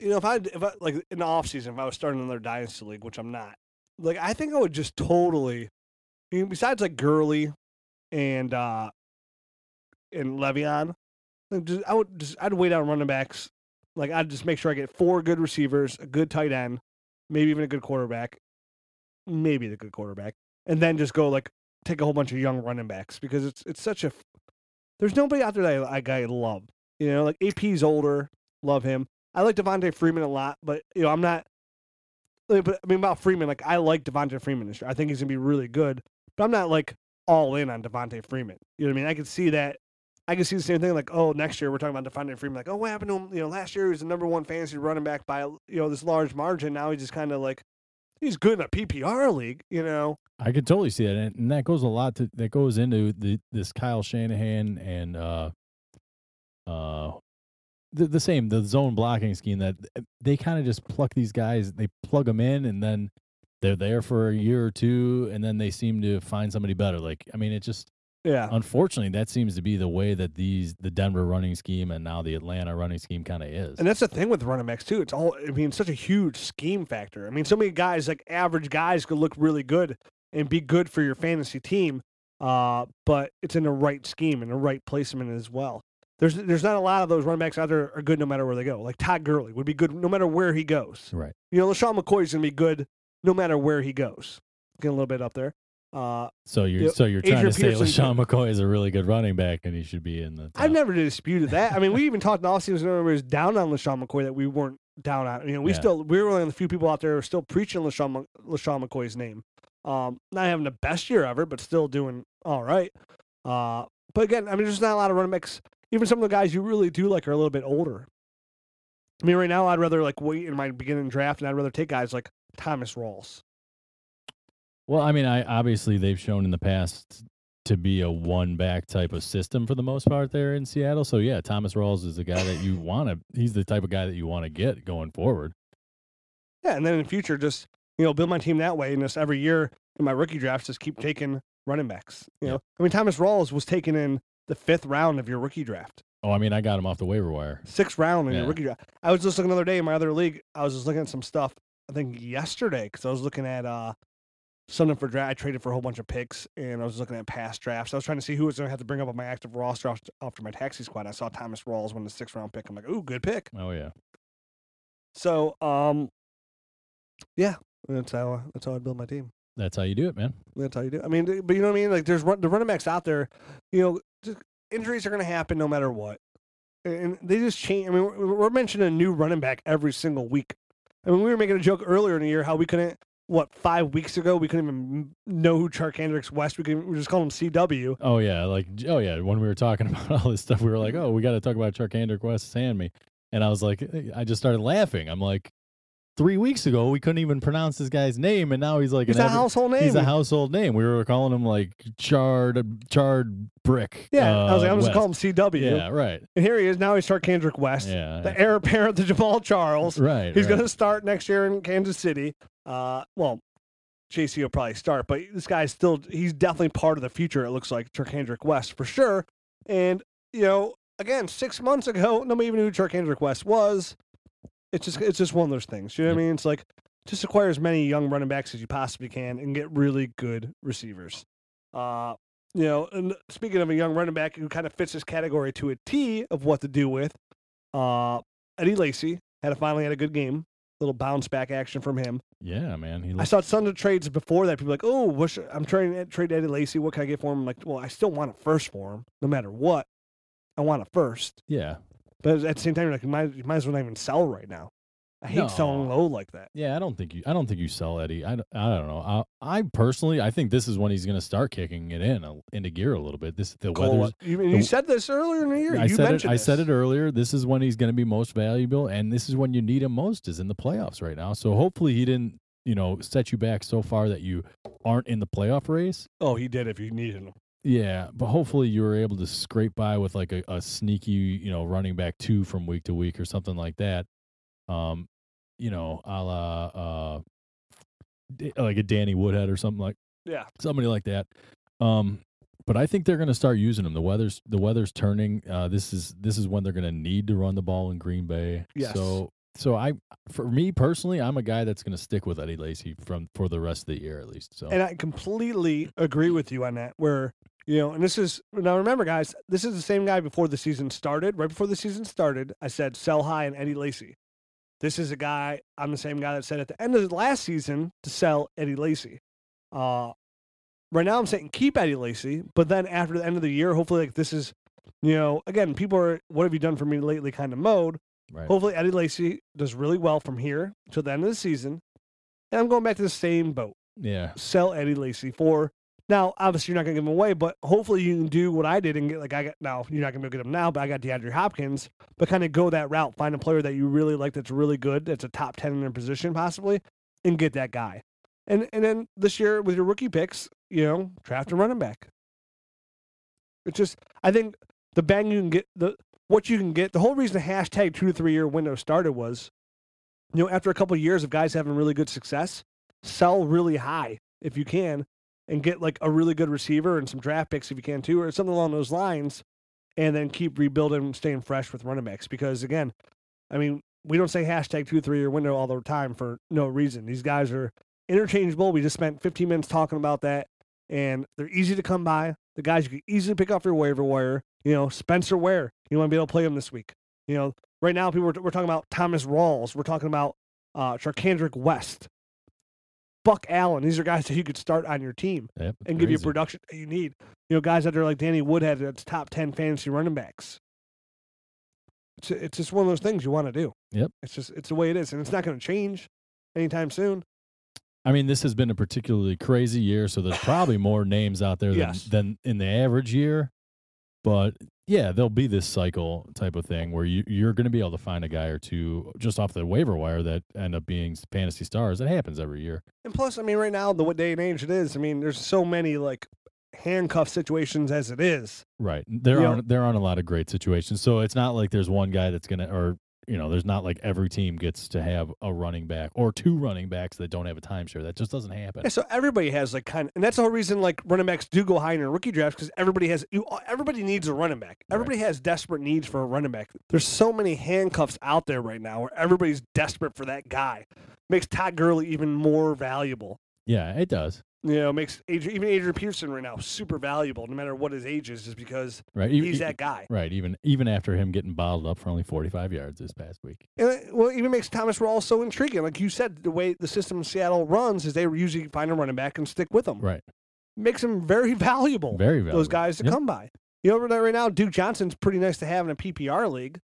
[SPEAKER 2] you know, if I if I like in the off season if I was starting another dynasty league, which I'm not, like I think I would just totally, I mean, besides like Gurley, and uh and Le'Veon, like just, I would just I'd wait on running backs. Like I'd just make sure I get four good receivers, a good tight end, maybe even a good quarterback, maybe the good quarterback, and then just go like take a whole bunch of young running backs because it's it's such a f- there's nobody out there that I, I, I love. You know, like AP's older, love him. I like Devontae Freeman a lot, but you know I'm not. like, But I mean about Freeman, like I like Devontae Freeman this year. I think he's gonna be really good, but I'm not like all in on Devontae Freeman. You know what I mean? I could see that I can see the same thing. Like, oh, next year we're talking about Devontae Freeman. Like, oh, what happened to him? You know, last year he was the number one fantasy running back by you know this large margin. Now he's just kind of like he's good in a PPR league. You know,
[SPEAKER 3] I could totally see that, and, and that goes a lot to that goes into the this Kyle Shanahan and uh, uh, the, the same the zone blocking scheme that eh, they kind of just pluck these guys, they plug them in, and then they're there for a year or two, and then they seem to find somebody better. Like, I mean, it just
[SPEAKER 2] yeah.
[SPEAKER 3] unfortunately that seems to be the way that these the Denver running scheme and now the Atlanta running scheme kind of is.
[SPEAKER 2] And that's the thing with running backs too. It's all I mean, such a huge scheme factor. I mean, so many guys like average guys could look really good and be good for your fantasy team, uh, but it's in the right scheme and the right placement as well. There's there's not a lot of those running backs out there are good no matter where they go. Like Todd Gurley would be good no matter where he goes.
[SPEAKER 3] Right.
[SPEAKER 2] You know, LaShawn McCoy's gonna be good no matter where he goes. Getting a little bit up there. Uh,
[SPEAKER 3] So you're
[SPEAKER 2] Yeah,
[SPEAKER 3] so you're trying
[SPEAKER 2] Adrian
[SPEAKER 3] to say
[SPEAKER 2] Peterson-
[SPEAKER 3] LaShawn McCoy is a really good running back and he should be in the. Top.
[SPEAKER 2] I've never disputed that. I mean, we even talked in all seasons when everybody was down on LaShawn McCoy that we weren't down on. You know, we
[SPEAKER 3] Yeah.
[SPEAKER 2] still we were one of the few people out there who were still preaching LaShawn, Mc- LaShawn McCoy's name. Um, not having the best year ever, but still doing all right. Uh, but again, I mean, there's not a lot of running backs. Even some of the guys you really do like are a little bit older. I mean, right now I'd rather like wait in my beginning draft, and I'd rather take guys like Thomas Rawls.
[SPEAKER 3] Well, I mean, I obviously they've shown in the past to be a one back type of system for the most part there in Seattle. So yeah, Thomas Rawls is the guy that you want to. He's the type of guy that you want to get going forward.
[SPEAKER 2] Yeah, and then in the future, just you know, build my team that way, and just every year in my rookie drafts, just keep taking running backs. You
[SPEAKER 3] Yeah.
[SPEAKER 2] know, I mean, Thomas Rawls was taken in the fifth round of your rookie draft,
[SPEAKER 3] Oh, I mean, I got him off the waiver wire.
[SPEAKER 2] sixth round in
[SPEAKER 3] Yeah.
[SPEAKER 2] your rookie draft. I was just looking the other day in my other league. I was just looking at some stuff. I think yesterday because I was looking at uh something for draft. I traded for a whole bunch of picks, and I was looking at past drafts. I was trying to see who was going to have to bring up on my active roster af- after my taxi squad. I saw Thomas Rawls win the sixth round pick. I'm like, ooh, good pick.
[SPEAKER 3] Oh yeah,
[SPEAKER 2] So, um, yeah, that's how I- that's how I build my team.
[SPEAKER 3] that's how you do it, man.
[SPEAKER 2] That's how you do. it. I mean, th- but you know what I mean. Like, there's run, the running backs out there. You know, just, injuries are going to happen no matter what, and they just change. I mean, we're, we're mentioning a new running back every single week. I mean, we were making a joke earlier in the year how we couldn't. What five weeks ago we couldn't even know who Chark Hendricks West. We could we just call him CW.
[SPEAKER 3] Oh yeah, like oh yeah. When we were talking about all this stuff, we were like, oh, we got to talk about Charkander Quest and me. And I was like, I just started laughing. I'm like, three weeks ago we couldn't even pronounce this guy's name, and now he's like
[SPEAKER 2] He's
[SPEAKER 3] an
[SPEAKER 2] a
[SPEAKER 3] every-
[SPEAKER 2] household name.
[SPEAKER 3] He's a household name. We were calling him like charred charred brick.
[SPEAKER 2] yeah, I was like,
[SPEAKER 3] uh,
[SPEAKER 2] I'm just
[SPEAKER 3] West.
[SPEAKER 2] gonna call him CW.
[SPEAKER 3] Yeah, right.
[SPEAKER 2] And here he is now. He's Chark Hendrick West,
[SPEAKER 3] Yeah,
[SPEAKER 2] the heir apparent to Jamal Charles.
[SPEAKER 3] right.
[SPEAKER 2] He's
[SPEAKER 3] right.
[SPEAKER 2] going to start next year in Kansas City. Uh, well, JC will probably start, but this guy's still, he's definitely part of the future, it looks like, Turkhandrick West for sure. And, you know, again, six months ago, nobody even knew who Turkhandrick West was. It's just, it's just one of those things. You know what I mean? It's like, just acquire as many young running backs as you possibly can and get really good receivers. Uh, you know, and speaking of a young running back who kind of fits this category to a T of what to do with, uh, Eddie Lacy had a, finally had a good game. Little bounce back action from him.
[SPEAKER 3] Yeah, man. He
[SPEAKER 2] I
[SPEAKER 3] looks,
[SPEAKER 2] saw some of the trades before that. People like, oh, what should, I'm trying to trade Eddie Lacy. What can I get for him? I'm like, well, I still want a first for him, no matter what. I want a first,
[SPEAKER 3] yeah,
[SPEAKER 2] but at the same time, you're like, you might, you might as well not even sell right now. I hate selling
[SPEAKER 3] No.
[SPEAKER 2] low like that.
[SPEAKER 3] yeah. I don't think you. I don't think you sell Eddie. I don't, I don't know. I, I personally, I think this is when he's going to start kicking it in a, into gear a little bit. This the
[SPEAKER 2] Cole,
[SPEAKER 3] weather's
[SPEAKER 2] you, and you
[SPEAKER 3] the-
[SPEAKER 2] said this earlier in the year.
[SPEAKER 3] I
[SPEAKER 2] you
[SPEAKER 3] said it.
[SPEAKER 2] mentioned
[SPEAKER 3] I said
[SPEAKER 2] this.
[SPEAKER 3] it earlier. This is when he's going to be most valuable, and this is when you need him most is in the playoffs right now. So hopefully he didn't, you know, set you back so far that you aren't in the playoff race.
[SPEAKER 2] Oh, he did. If you needed him,
[SPEAKER 3] Yeah, but hopefully you were able to scrape by with like a, a sneaky, you know, running back two from week to week or something like that. Um, you know, a la uh, D- like a Danny Woodhead or something like
[SPEAKER 2] yeah.
[SPEAKER 3] somebody like that. Um, but I think they're going to start using them. The weather's the weather's turning. Uh, this is this is when they're going to need to run the ball in Green Bay.
[SPEAKER 2] Yes.
[SPEAKER 3] So so I for me personally, I'm a guy that's going to stick with Eddie Lacy from for the rest of the year at least. So
[SPEAKER 2] And I completely agree with you on that. Where you know, and this is now remember, guys, this is the same guy before the season started. Right before the season started, I said sell high and Eddie Lacy. This is a guy. I'm the same guy that said at the end of the last season to sell Eddie Lacy. Uh, right now, I'm saying keep Eddie Lacy, but then after the end of the year, hopefully, like this is, you know, again, people are what have you done for me lately kind of mode.
[SPEAKER 3] right.
[SPEAKER 2] Hopefully, Eddie Lacy does really well from here till the end of the season. And I'm going back to the same boat
[SPEAKER 3] Yeah.
[SPEAKER 2] sell Eddie Lacy for Now, obviously, you're not going to give him away, but hopefully, you can do what I did and get like I got. Now, you're not going to get him now, but I got DeAndre Hopkins. But kind of go that route, find a player that you really like, that's really good, that's a top ten in their position possibly, and get that guy. And and then this year with your rookie picks, you know, draft a running back. It's just I think the bang you can get the what you can get. The whole reason the hashtag two to three year window started was, you know, after a couple of years of guys having really good success, sell really high if you can, and get like a really good receiver and some draft picks if you can too, or something along those lines, and then keep rebuilding, staying fresh with running backs. Because again, I mean, we don't say hashtag two three year window all the time for no reason. These guys are interchangeable. We just spent 15 minutes talking about that, and they're easy to come by. The guys you can easily pick up your waiver wire. You know, Spencer Ware. You want to be able to play him this week. You know, right now people are, we're talking about Thomas Rawls. We're talking about uh, Charkandrick West, Buck Allen. These are guys that you could start on your team
[SPEAKER 3] Yep,
[SPEAKER 2] and give you
[SPEAKER 3] crazy.
[SPEAKER 2] production that you need. You know, guys that are like Danny Woodhead, that's top ten fantasy running backs. It's it's just one of those things you want to do.
[SPEAKER 3] Yep.
[SPEAKER 2] It's just it's the way it is, and it's not going to change anytime soon.
[SPEAKER 3] I mean, this has been a particularly crazy year, so there's probably more names out there than,
[SPEAKER 2] Yes.
[SPEAKER 3] than in the average year. But yeah, there'll be this cycle type of thing where you, you're going to be able to find a guy or two just off the waiver wire that end up being fantasy stars. That happens every year.
[SPEAKER 2] And plus, I mean, right now the what day and age it is. I mean, there's so many like handcuff situations as it is.
[SPEAKER 3] Right. There
[SPEAKER 2] Yeah.
[SPEAKER 3] aren't there aren't a lot of great situations. So it's not like there's one guy that's gonna or you know, there's not like every team gets to have a running back or two running backs that don't have a timeshare. That just doesn't happen.
[SPEAKER 2] Yeah, so everybody has like kind of, and that's the whole reason like running backs do go high in their rookie drafts because everybody has you. Everybody needs a running back.
[SPEAKER 3] Right.
[SPEAKER 2] Everybody has desperate needs for a running back. There's so many handcuffs out there right now where everybody's desperate for that guy. Makes Todd Gurley even more valuable.
[SPEAKER 3] Yeah, it does.
[SPEAKER 2] You know, makes Adrian, even Adrian Peterson right now super valuable, no matter what his age is, just because
[SPEAKER 3] Right. E-
[SPEAKER 2] he's
[SPEAKER 3] e-
[SPEAKER 2] that guy.
[SPEAKER 3] Right, even even after him getting bottled up for only 45 yards this past week.
[SPEAKER 2] And it, well, it even makes Thomas Rawls so intriguing. Like you said, the way the system in Seattle runs is they usually find a running back and stick with them.
[SPEAKER 3] Right.
[SPEAKER 2] Makes him very valuable.
[SPEAKER 3] Very valuable.
[SPEAKER 2] Oh, Those guys to
[SPEAKER 3] Yep.
[SPEAKER 2] come by. You know, right right now, Duke Johnson's pretty nice to have in a PPR league.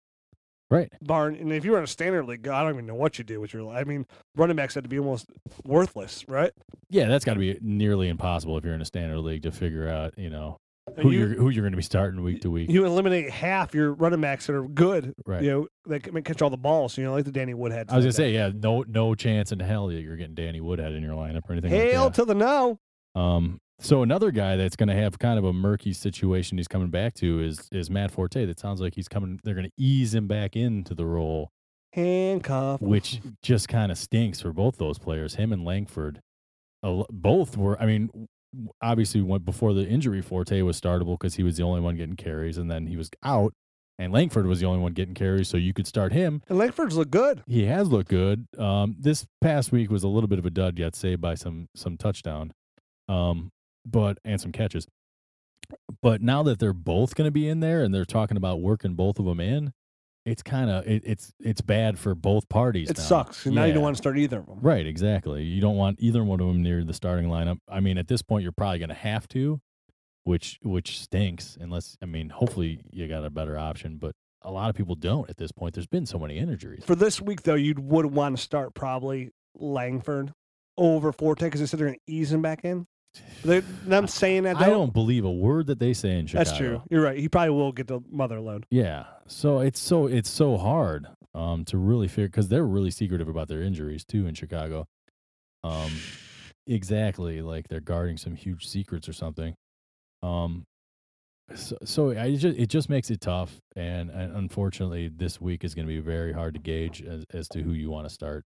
[SPEAKER 3] Right.
[SPEAKER 2] Barn, and if you were in a standard league, I don't even know what you do with your. I mean, running backs had to be almost worthless, right?
[SPEAKER 3] Yeah, that's got to be nearly impossible if you're in a standard league to figure out, you know,
[SPEAKER 2] And
[SPEAKER 3] who
[SPEAKER 2] you
[SPEAKER 3] you're who you're going to be starting week to week.
[SPEAKER 2] you eliminate half your running backs that are good.
[SPEAKER 3] right.
[SPEAKER 2] You know, that can catch all the balls. You know, like the Danny Woodhead.
[SPEAKER 3] I was going to say, yeah, no no chance in hell that you're getting Danny Woodhead in your lineup or anything like
[SPEAKER 2] hail
[SPEAKER 3] that.
[SPEAKER 2] to the no.
[SPEAKER 3] Um, so another guy that's going to have kind of a murky situation he's coming back to is is Matt Forte. That sounds like he's coming. They're going to ease him back into the role,
[SPEAKER 2] Handcuff.
[SPEAKER 3] which just kind of stinks for both those players, him and Langford. A lo- Both were. I mean, w- obviously, when, before the injury, Forte was startable because he was the only one getting carries, and then he was out, and Langford was the only one getting carries, so you could start him.
[SPEAKER 2] And Langford's look good.
[SPEAKER 3] He has looked good. Um, this past week was a little bit of a dud. Got saved by some some touchdown, um, but and some catches. But now that they're both going to be in there and they're talking about working both of them in, it's kind of it, it's it's bad for both parties.
[SPEAKER 2] It
[SPEAKER 3] now.
[SPEAKER 2] sucks. And Now you
[SPEAKER 3] Yeah.
[SPEAKER 2] don't want to start either of them.
[SPEAKER 3] Right, exactly. You don't want either one of them near the starting lineup. I mean, at this point, you're probably going to have to, which which stinks. Unless, I mean, hopefully you got a better option, but a lot of people don't at this point. There's been so many injuries.
[SPEAKER 2] For this week, though, you would want to start probably Langford over Forte because they said they're going to ease him back in. They, and I'm saying that.
[SPEAKER 3] I
[SPEAKER 2] though.
[SPEAKER 3] don't believe a word that they say in Chicago.
[SPEAKER 2] That's true. You're right. He probably will get the mother load.
[SPEAKER 3] Yeah. So it's so it's so hard um to really figure because they're really secretive about their injuries too in Chicago. Um, exactly. Like they're guarding some huge secrets or something. Um, so, so I just it just makes it tough, and, and unfortunately, this week is going to be very hard to gauge as, as to who you want to start.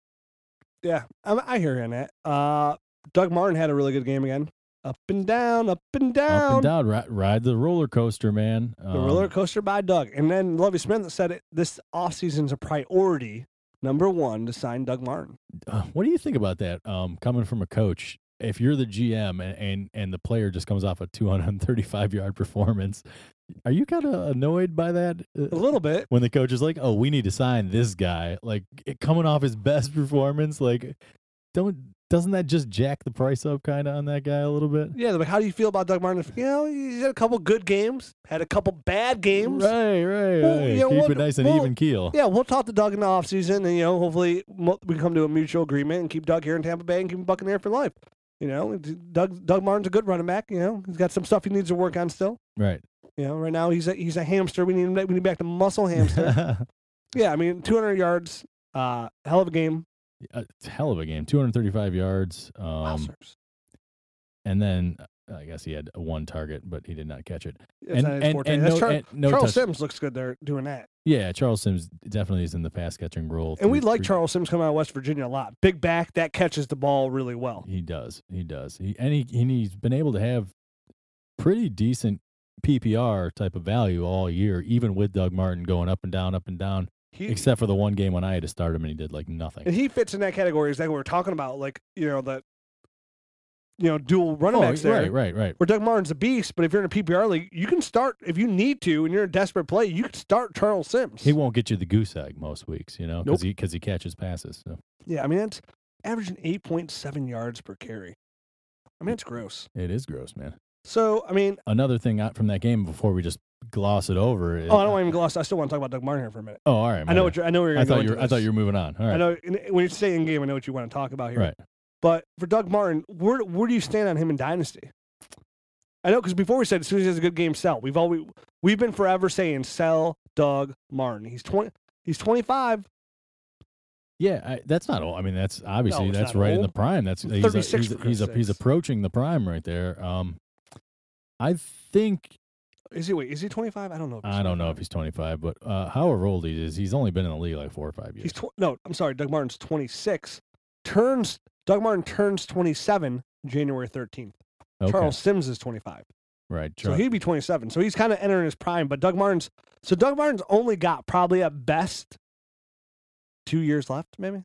[SPEAKER 2] Yeah, I'm, I hear you on that. Uh, Doug Martin had a really good game again. Up and down, up and down.
[SPEAKER 3] Up and down, ri- ride the roller coaster, man.
[SPEAKER 2] Um
[SPEAKER 3] Um,
[SPEAKER 2] The roller coaster by Doug. And then Lovey Smith said it, this offseason's a priority, number one, to sign Doug Martin.
[SPEAKER 3] Uh, what do you think about that? Um, coming from a coach, if you're the GM and and, and the player just comes off a 235 yard performance, are you kind of annoyed by that?
[SPEAKER 2] A
[SPEAKER 3] Uh,
[SPEAKER 2] little bit.
[SPEAKER 3] When the coach is like, "Oh, we need to sign this guy," like it, coming off his best performance, like don't doesn't that just jack the price up kind of on that guy a little bit?
[SPEAKER 2] Yeah, they're like, how do you feel about Doug Martin? You know, he's had a couple good games, had a couple bad games.
[SPEAKER 3] Right, right,
[SPEAKER 2] Well,
[SPEAKER 3] right.
[SPEAKER 2] you know
[SPEAKER 3] Keep
[SPEAKER 2] what?
[SPEAKER 3] it nice and
[SPEAKER 2] Well,
[SPEAKER 3] even keel.
[SPEAKER 2] Yeah, we'll talk to Doug in the offseason, and, you know, hopefully mo- we come to a mutual agreement and keep Doug here in Tampa Bay and keep him Buccaneer for life. You know, Doug Doug Martin's a good running back. You know, he's got some stuff he needs to work on still.
[SPEAKER 3] Right.
[SPEAKER 2] You know, right now he's a, he's a hamster. We need him. We need back to muscle hamster. yeah, I mean, 200 yards, uh, hell of a game.
[SPEAKER 3] a hell of a game. 235 yards. Um,
[SPEAKER 2] Wowzers.
[SPEAKER 3] And then uh, I guess he had one target, but he did not catch it.
[SPEAKER 2] That's
[SPEAKER 3] and
[SPEAKER 2] not his
[SPEAKER 3] and,
[SPEAKER 2] forte.
[SPEAKER 3] and
[SPEAKER 2] That's
[SPEAKER 3] no,
[SPEAKER 2] Char-
[SPEAKER 3] and no
[SPEAKER 2] Charles
[SPEAKER 3] touch-
[SPEAKER 2] Sims looks good there doing that.
[SPEAKER 3] Yeah, Charles Sims definitely is in the pass catching role.
[SPEAKER 2] And we
[SPEAKER 3] Three-
[SPEAKER 2] like
[SPEAKER 3] three-
[SPEAKER 2] Charles Sims coming out of West Virginia a lot. Big back that catches the ball really well.
[SPEAKER 3] He does. He does. He and he and he's been able to have pretty decent PPR type of value all year, even with Doug Martin going up and down, up and down.
[SPEAKER 2] He,
[SPEAKER 3] Except for the one game when I had to start him and he did like
[SPEAKER 2] and
[SPEAKER 3] nothing.
[SPEAKER 2] he fits in that category exactly what we're talking about. Like you know that, you know, dual running backs there.
[SPEAKER 3] Oh, right, right, right.
[SPEAKER 2] Where Doug Martin's a beast, but if you're in a PPR league, you can start if you need to, and you're in a desperate play, you can start Charles Sims.
[SPEAKER 3] He won't get you the goose egg most weeks, you know, because he because he catches passes. So
[SPEAKER 2] yeah, I mean that's averaging 8.7 yards per carry. I mean it's gross.
[SPEAKER 3] it is gross, man.
[SPEAKER 2] So I mean,
[SPEAKER 3] Another thing out from that game before we just gloss it over. Is,
[SPEAKER 2] oh, I don't want to even gloss. I still want to talk about Doug Martin here for a minute.
[SPEAKER 3] Oh, all right.
[SPEAKER 2] I
[SPEAKER 3] my
[SPEAKER 2] know
[SPEAKER 3] bad.
[SPEAKER 2] what you're, I know where you're.
[SPEAKER 3] I
[SPEAKER 2] gonna go
[SPEAKER 3] thought you
[SPEAKER 2] into
[SPEAKER 3] were, I thought
[SPEAKER 2] this.
[SPEAKER 3] you were moving on. All
[SPEAKER 2] I
[SPEAKER 3] right.
[SPEAKER 2] know and when you say in game, I know what you want to talk about here.
[SPEAKER 3] Right.
[SPEAKER 2] But for Doug Martin, where where do you stand on him in Dynasty? I know because before we said as soon as he has a good game, sell. We've always we've been forever saying sell Doug Martin. He's twenty. He's twenty five.
[SPEAKER 3] Yeah, I, that's not old. I mean, that's obviously
[SPEAKER 2] it's
[SPEAKER 3] that's
[SPEAKER 2] not
[SPEAKER 3] right in
[SPEAKER 2] old.
[SPEAKER 3] the prime. That's
[SPEAKER 2] He's
[SPEAKER 3] he's a-
[SPEAKER 2] 36
[SPEAKER 3] he's, a-
[SPEAKER 2] for
[SPEAKER 3] he's, a-
[SPEAKER 2] Christ's
[SPEAKER 3] he's
[SPEAKER 2] sakes.
[SPEAKER 3] approaching the prime right there. Um, I think
[SPEAKER 2] Is he wait? Is he twenty five? I don't know. if he's
[SPEAKER 3] I don't know if
[SPEAKER 2] 25.
[SPEAKER 3] he's 25, but uh, however old he is, he's only been in the league like four or five years.
[SPEAKER 2] He's tw- no. I'm sorry. Doug Martin's twenty six. Turns Doug Martin turns twenty seven January thirteenth.
[SPEAKER 3] Okay,
[SPEAKER 2] Charles Sims is twenty five.
[SPEAKER 3] right?
[SPEAKER 2] So
[SPEAKER 3] Char-
[SPEAKER 2] he'd be 27. So he's kind of entering his prime. But Doug Martin's so Doug Martin's only got probably at best two years left, maybe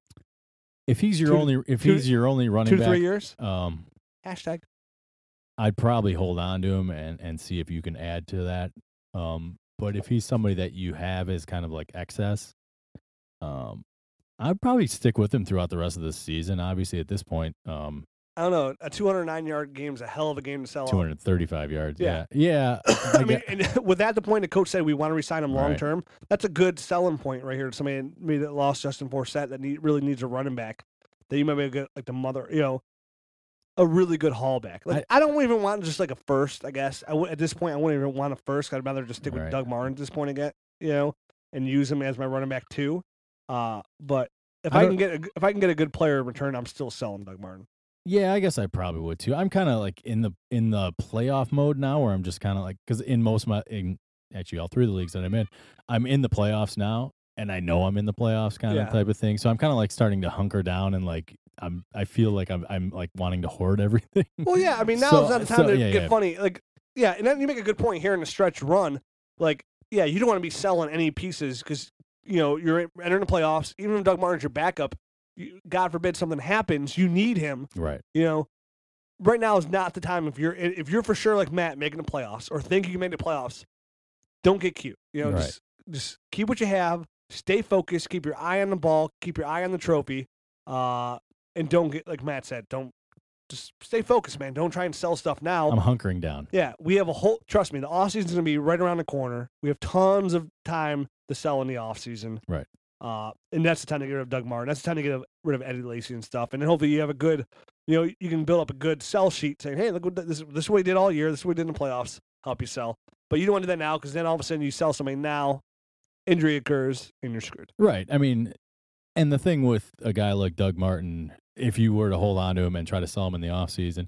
[SPEAKER 3] if he's your
[SPEAKER 2] two to-
[SPEAKER 3] only, if
[SPEAKER 2] two to-
[SPEAKER 3] he's your only running
[SPEAKER 2] two to
[SPEAKER 3] back,
[SPEAKER 2] three years.
[SPEAKER 3] um,
[SPEAKER 2] Hashtag.
[SPEAKER 3] I'd probably hold on to him and and see if you can add to that. Um, but if he's somebody that you have as kind of like excess, um, I'd probably stick with him throughout the rest of this season. Obviously, at this point, um,
[SPEAKER 2] I don't know. A 209 yard game is a hell of a game to sell. on.
[SPEAKER 3] 235 yards.
[SPEAKER 2] Yeah.
[SPEAKER 3] Yeah. Yeah.
[SPEAKER 2] I,
[SPEAKER 3] I
[SPEAKER 2] mean,
[SPEAKER 3] get-
[SPEAKER 2] and with that, the point the coach said we want to resign him long
[SPEAKER 3] Right.
[SPEAKER 2] term. That's a good selling point right here. to Somebody maybe that lost Justin Forsett that need, really needs a running back. That you might be able to get like the mother, you know, a really good haul back. Like I, don't even want just like a first. I guess I would at this point I wouldn't even want a first. I'd rather just stick with
[SPEAKER 3] Right.
[SPEAKER 2] Doug Martin at this point again, you know, and use him as my running back too. Uh, but if
[SPEAKER 3] I
[SPEAKER 2] I,
[SPEAKER 3] don't-
[SPEAKER 2] can get a, g- if I can get a good player in return, I'm still selling Doug Martin.
[SPEAKER 3] yeah, I guess I probably would too. I'm kind of like in the in the playoff mode now where I'm just kind of like cuz in most of my in actually all three of the leagues that I'm in, I'm in the playoffs now and I know I'm in the playoffs kind of
[SPEAKER 2] Yeah.
[SPEAKER 3] type of thing. So I'm kind of like starting to hunker down and like I'm I feel like I'm I'm like wanting to hoard everything.
[SPEAKER 2] Well, yeah. I mean, now's
[SPEAKER 3] So-
[SPEAKER 2] not the time
[SPEAKER 3] so,
[SPEAKER 2] to
[SPEAKER 3] yeah,
[SPEAKER 2] get
[SPEAKER 3] yeah.
[SPEAKER 2] funny. Like, yeah, and then you make a good point here in the stretch run. Like, yeah, you don't want to be selling any pieces because you know you're entering the playoffs. Even if Doug Martin's your backup, you, God forbid something happens, you need him.
[SPEAKER 3] right.
[SPEAKER 2] You know, right now is not the time if you're if you're for sure like Matt making the playoffs or think you can make the playoffs. Don't get cute. You know,
[SPEAKER 3] Right.
[SPEAKER 2] just just keep what you have. Stay focused. Keep your eye on the ball. Keep your eye on the trophy. Uh, and don't get like Matt said. Don't just stay focused, man. Don't try and sell stuff now.
[SPEAKER 3] I'm hunkering down.
[SPEAKER 2] yeah, we have a whole. Trust me, the off season's gonna be right around the corner. We have tons of time to sell in the off season.
[SPEAKER 3] Right.
[SPEAKER 2] Uh, and that's the time to get rid of Doug Martin. That's the time to get rid of Eddie Lacy and stuff. And then hopefully you have a good, you know, you can build up a good sell sheet saying, hey, look what this this is what we did all year. This is what we did in the playoffs. Help you sell. But you don't want to do that now because then all of a sudden you sell somebody now, injury occurs and you're screwed.
[SPEAKER 3] Right. I mean, and the thing with a guy like Doug Martin, if you were to hold on to him and try to sell him in the offseason,